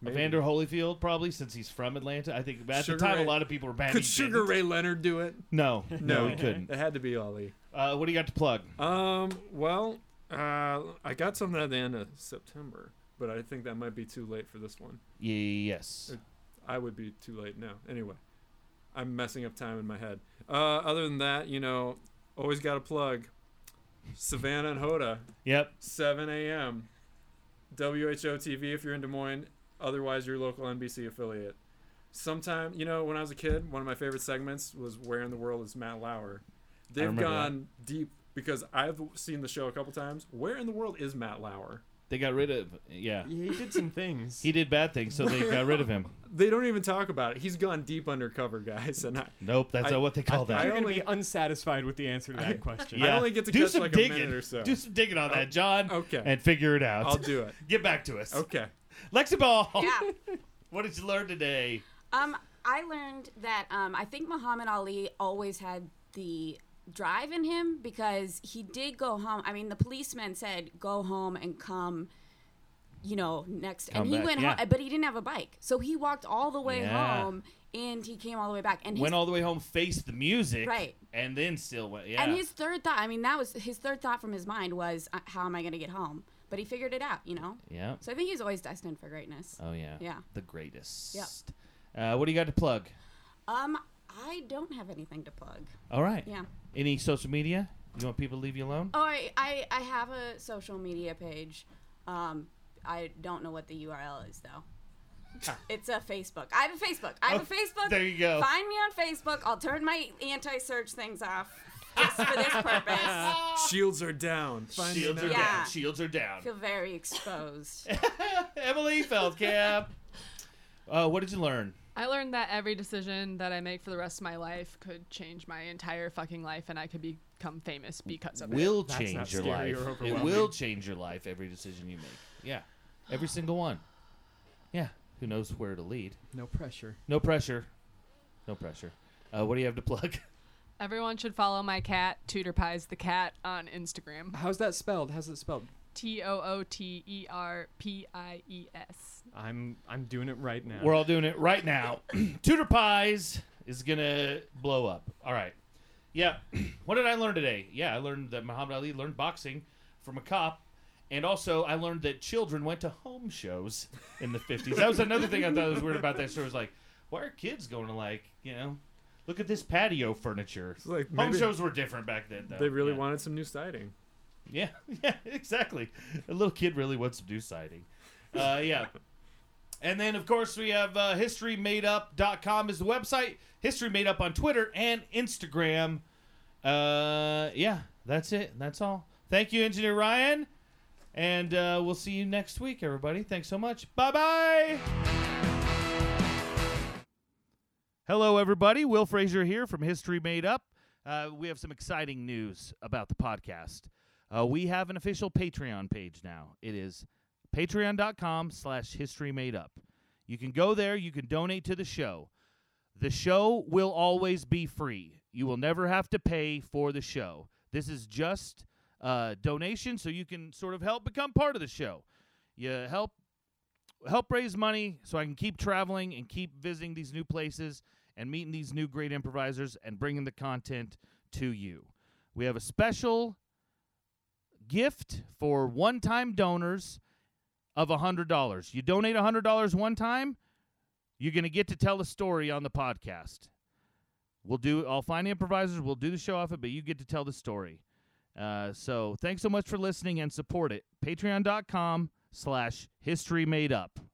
S3: Maybe.
S1: Evander Holyfield probably since he's from Atlanta. I think at
S3: Sugar
S1: the time
S3: Ray-
S1: a lot of people were bad.
S3: Could
S1: he
S3: Sugar
S1: didn't.
S3: Ray Leonard do it?
S1: No, no, he couldn't.
S3: It had to be Ali.
S1: Uh, what do you got to plug?
S3: Um. Well, uh, I got something at the end of September, but I think that might be too late for this one.
S1: Yes.
S3: I would be too late now. Anyway, I'm messing up time in my head. Uh, other than that, you know, always got to plug Savannah and Hoda,
S1: Yep.
S3: 7 a.m. WHO TV if you're in Des Moines, otherwise your local NBC affiliate. Sometime, you know, when I was a kid, one of my favorite segments was Where in the World is Matt Lauer? They've
S1: remember that.
S3: gone deep because I've seen the show a couple times. Where in the world is Matt Lauer?
S1: They got rid of yeah.
S10: He did some things.
S1: He did bad things, so they got rid of him.
S3: They don't even talk about it. He's gone deep undercover, guys, and I,
S1: Nope, that's
S3: I-
S1: not what they call that.
S3: I
S10: You're going to
S3: only-
S10: be unsatisfied with the answer to that question.
S1: yeah.
S3: only get to
S1: do
S3: catch
S1: some
S3: like a
S1: digging.
S3: minute or so. Oh,
S1: Do some digging on that, John.
S3: okay.
S1: And figure it out.
S3: I'll do it.
S1: Get back to us.
S3: Okay.
S1: Lexi Ball,
S2: Yeah.
S1: what did you learn today?
S2: Um, I learned that um, I think Muhammad Ali always had the drive in him because he did go home. I mean, the policeman said, "Go home and come." You know, next,
S1: Come
S2: and he
S1: back,
S2: went
S1: yeah.
S2: home, but he didn't have a bike, so he walked all the way
S1: Yeah.
S2: home and he came all the way back. And his,
S1: Went all the way home, faced the music,
S2: Right.
S1: and then still went. Yeah,
S2: and his third thought, I mean, that was his third thought from his mind was, uh, "How am I going to get home?" But he figured it out, you know.
S1: yeah.
S2: So I think he's always destined for greatness.
S1: Oh yeah,
S2: Yeah.
S1: The greatest. Uh, what do you got to plug?
S2: Um, I don't have anything to plug.
S1: All right.
S2: Yeah.
S1: Any social media? You want people to leave you alone?
S2: Oh, I, I, I have a social media page. Um, I don't know what the URL is though. it's a Facebook. I have a Facebook. I have a
S1: Oh,
S2: Facebook.
S1: there you go.
S2: Find me on Facebook. I'll turn my anti-search things off just for this purpose. I
S3: Shields are down. Find me
S1: Shields
S3: now.
S1: are
S2: Yeah.
S1: down. Shields are down.
S2: feel very exposed.
S1: Emily Feldkamp. uh, what did you learn?
S4: I learned that every decision that I make for the rest of my life could change my entire fucking life and I could become famous because of it.
S1: will
S3: That's
S1: change
S3: not
S1: your
S3: scary
S1: life.
S3: or
S1: It
S3: overwhelming.
S1: will change your life every decision you make. Yeah. Every single one. Yeah. Who knows where to lead?
S10: No pressure.
S1: No pressure. No pressure. Uh, what do you have to plug?
S4: Everyone should follow my cat, Tutor Pies the cat, on Instagram.
S10: How's that spelled? How's it spelled?
S4: T O O T E R P I E S.
S10: I'm I'm doing it right now.
S1: We're all doing it right now. Tudor Pies is gonna blow up. All right. Yeah. what did I learn today? Yeah, I learned that Muhammad Ali learned boxing from a cop, and also I learned that children went to home shows in the fifties. that was another thing I thought was weird about that story. Was like, why are kids going to like you know? Look at this patio furniture.
S3: It's like
S1: Home
S3: maybe
S1: shows were different back then, though.
S3: They really
S1: yeah.
S3: wanted some new siding.
S1: Yeah, yeah, exactly. A little kid really wants to do sighting. Uh, yeah. And then, of course, we have uh, historymadeup.com is the website. History Made Up on Twitter and Instagram. Uh, yeah, that's it. That's all. Thank you, Engineer Ryan. And uh, we'll see you next week, everybody. Thanks so much. Bye bye. Hello, everybody. Will Frazier here from History Made Up. uh, we have some exciting news about the podcast. Uh, we have an official Patreon page now. It is patreon.com slash history made up. You can go there. You can donate to the show. The show will always be free. You will never have to pay for the show. This is just a donation so you can sort of help become part of the show. You help help raise money so I can keep traveling and keep visiting these new places and meeting these new great improvisers and bringing the content to you. We have a special gift for one-time donors of $100. You donate $100 one time, you're going to get to tell a story on the podcast. We'll do. I'll find the improvisers. We'll do the show off it, but you get to tell the story. Uh, so thanks so much for listening and support it. Patreon.com/slash History Made Up.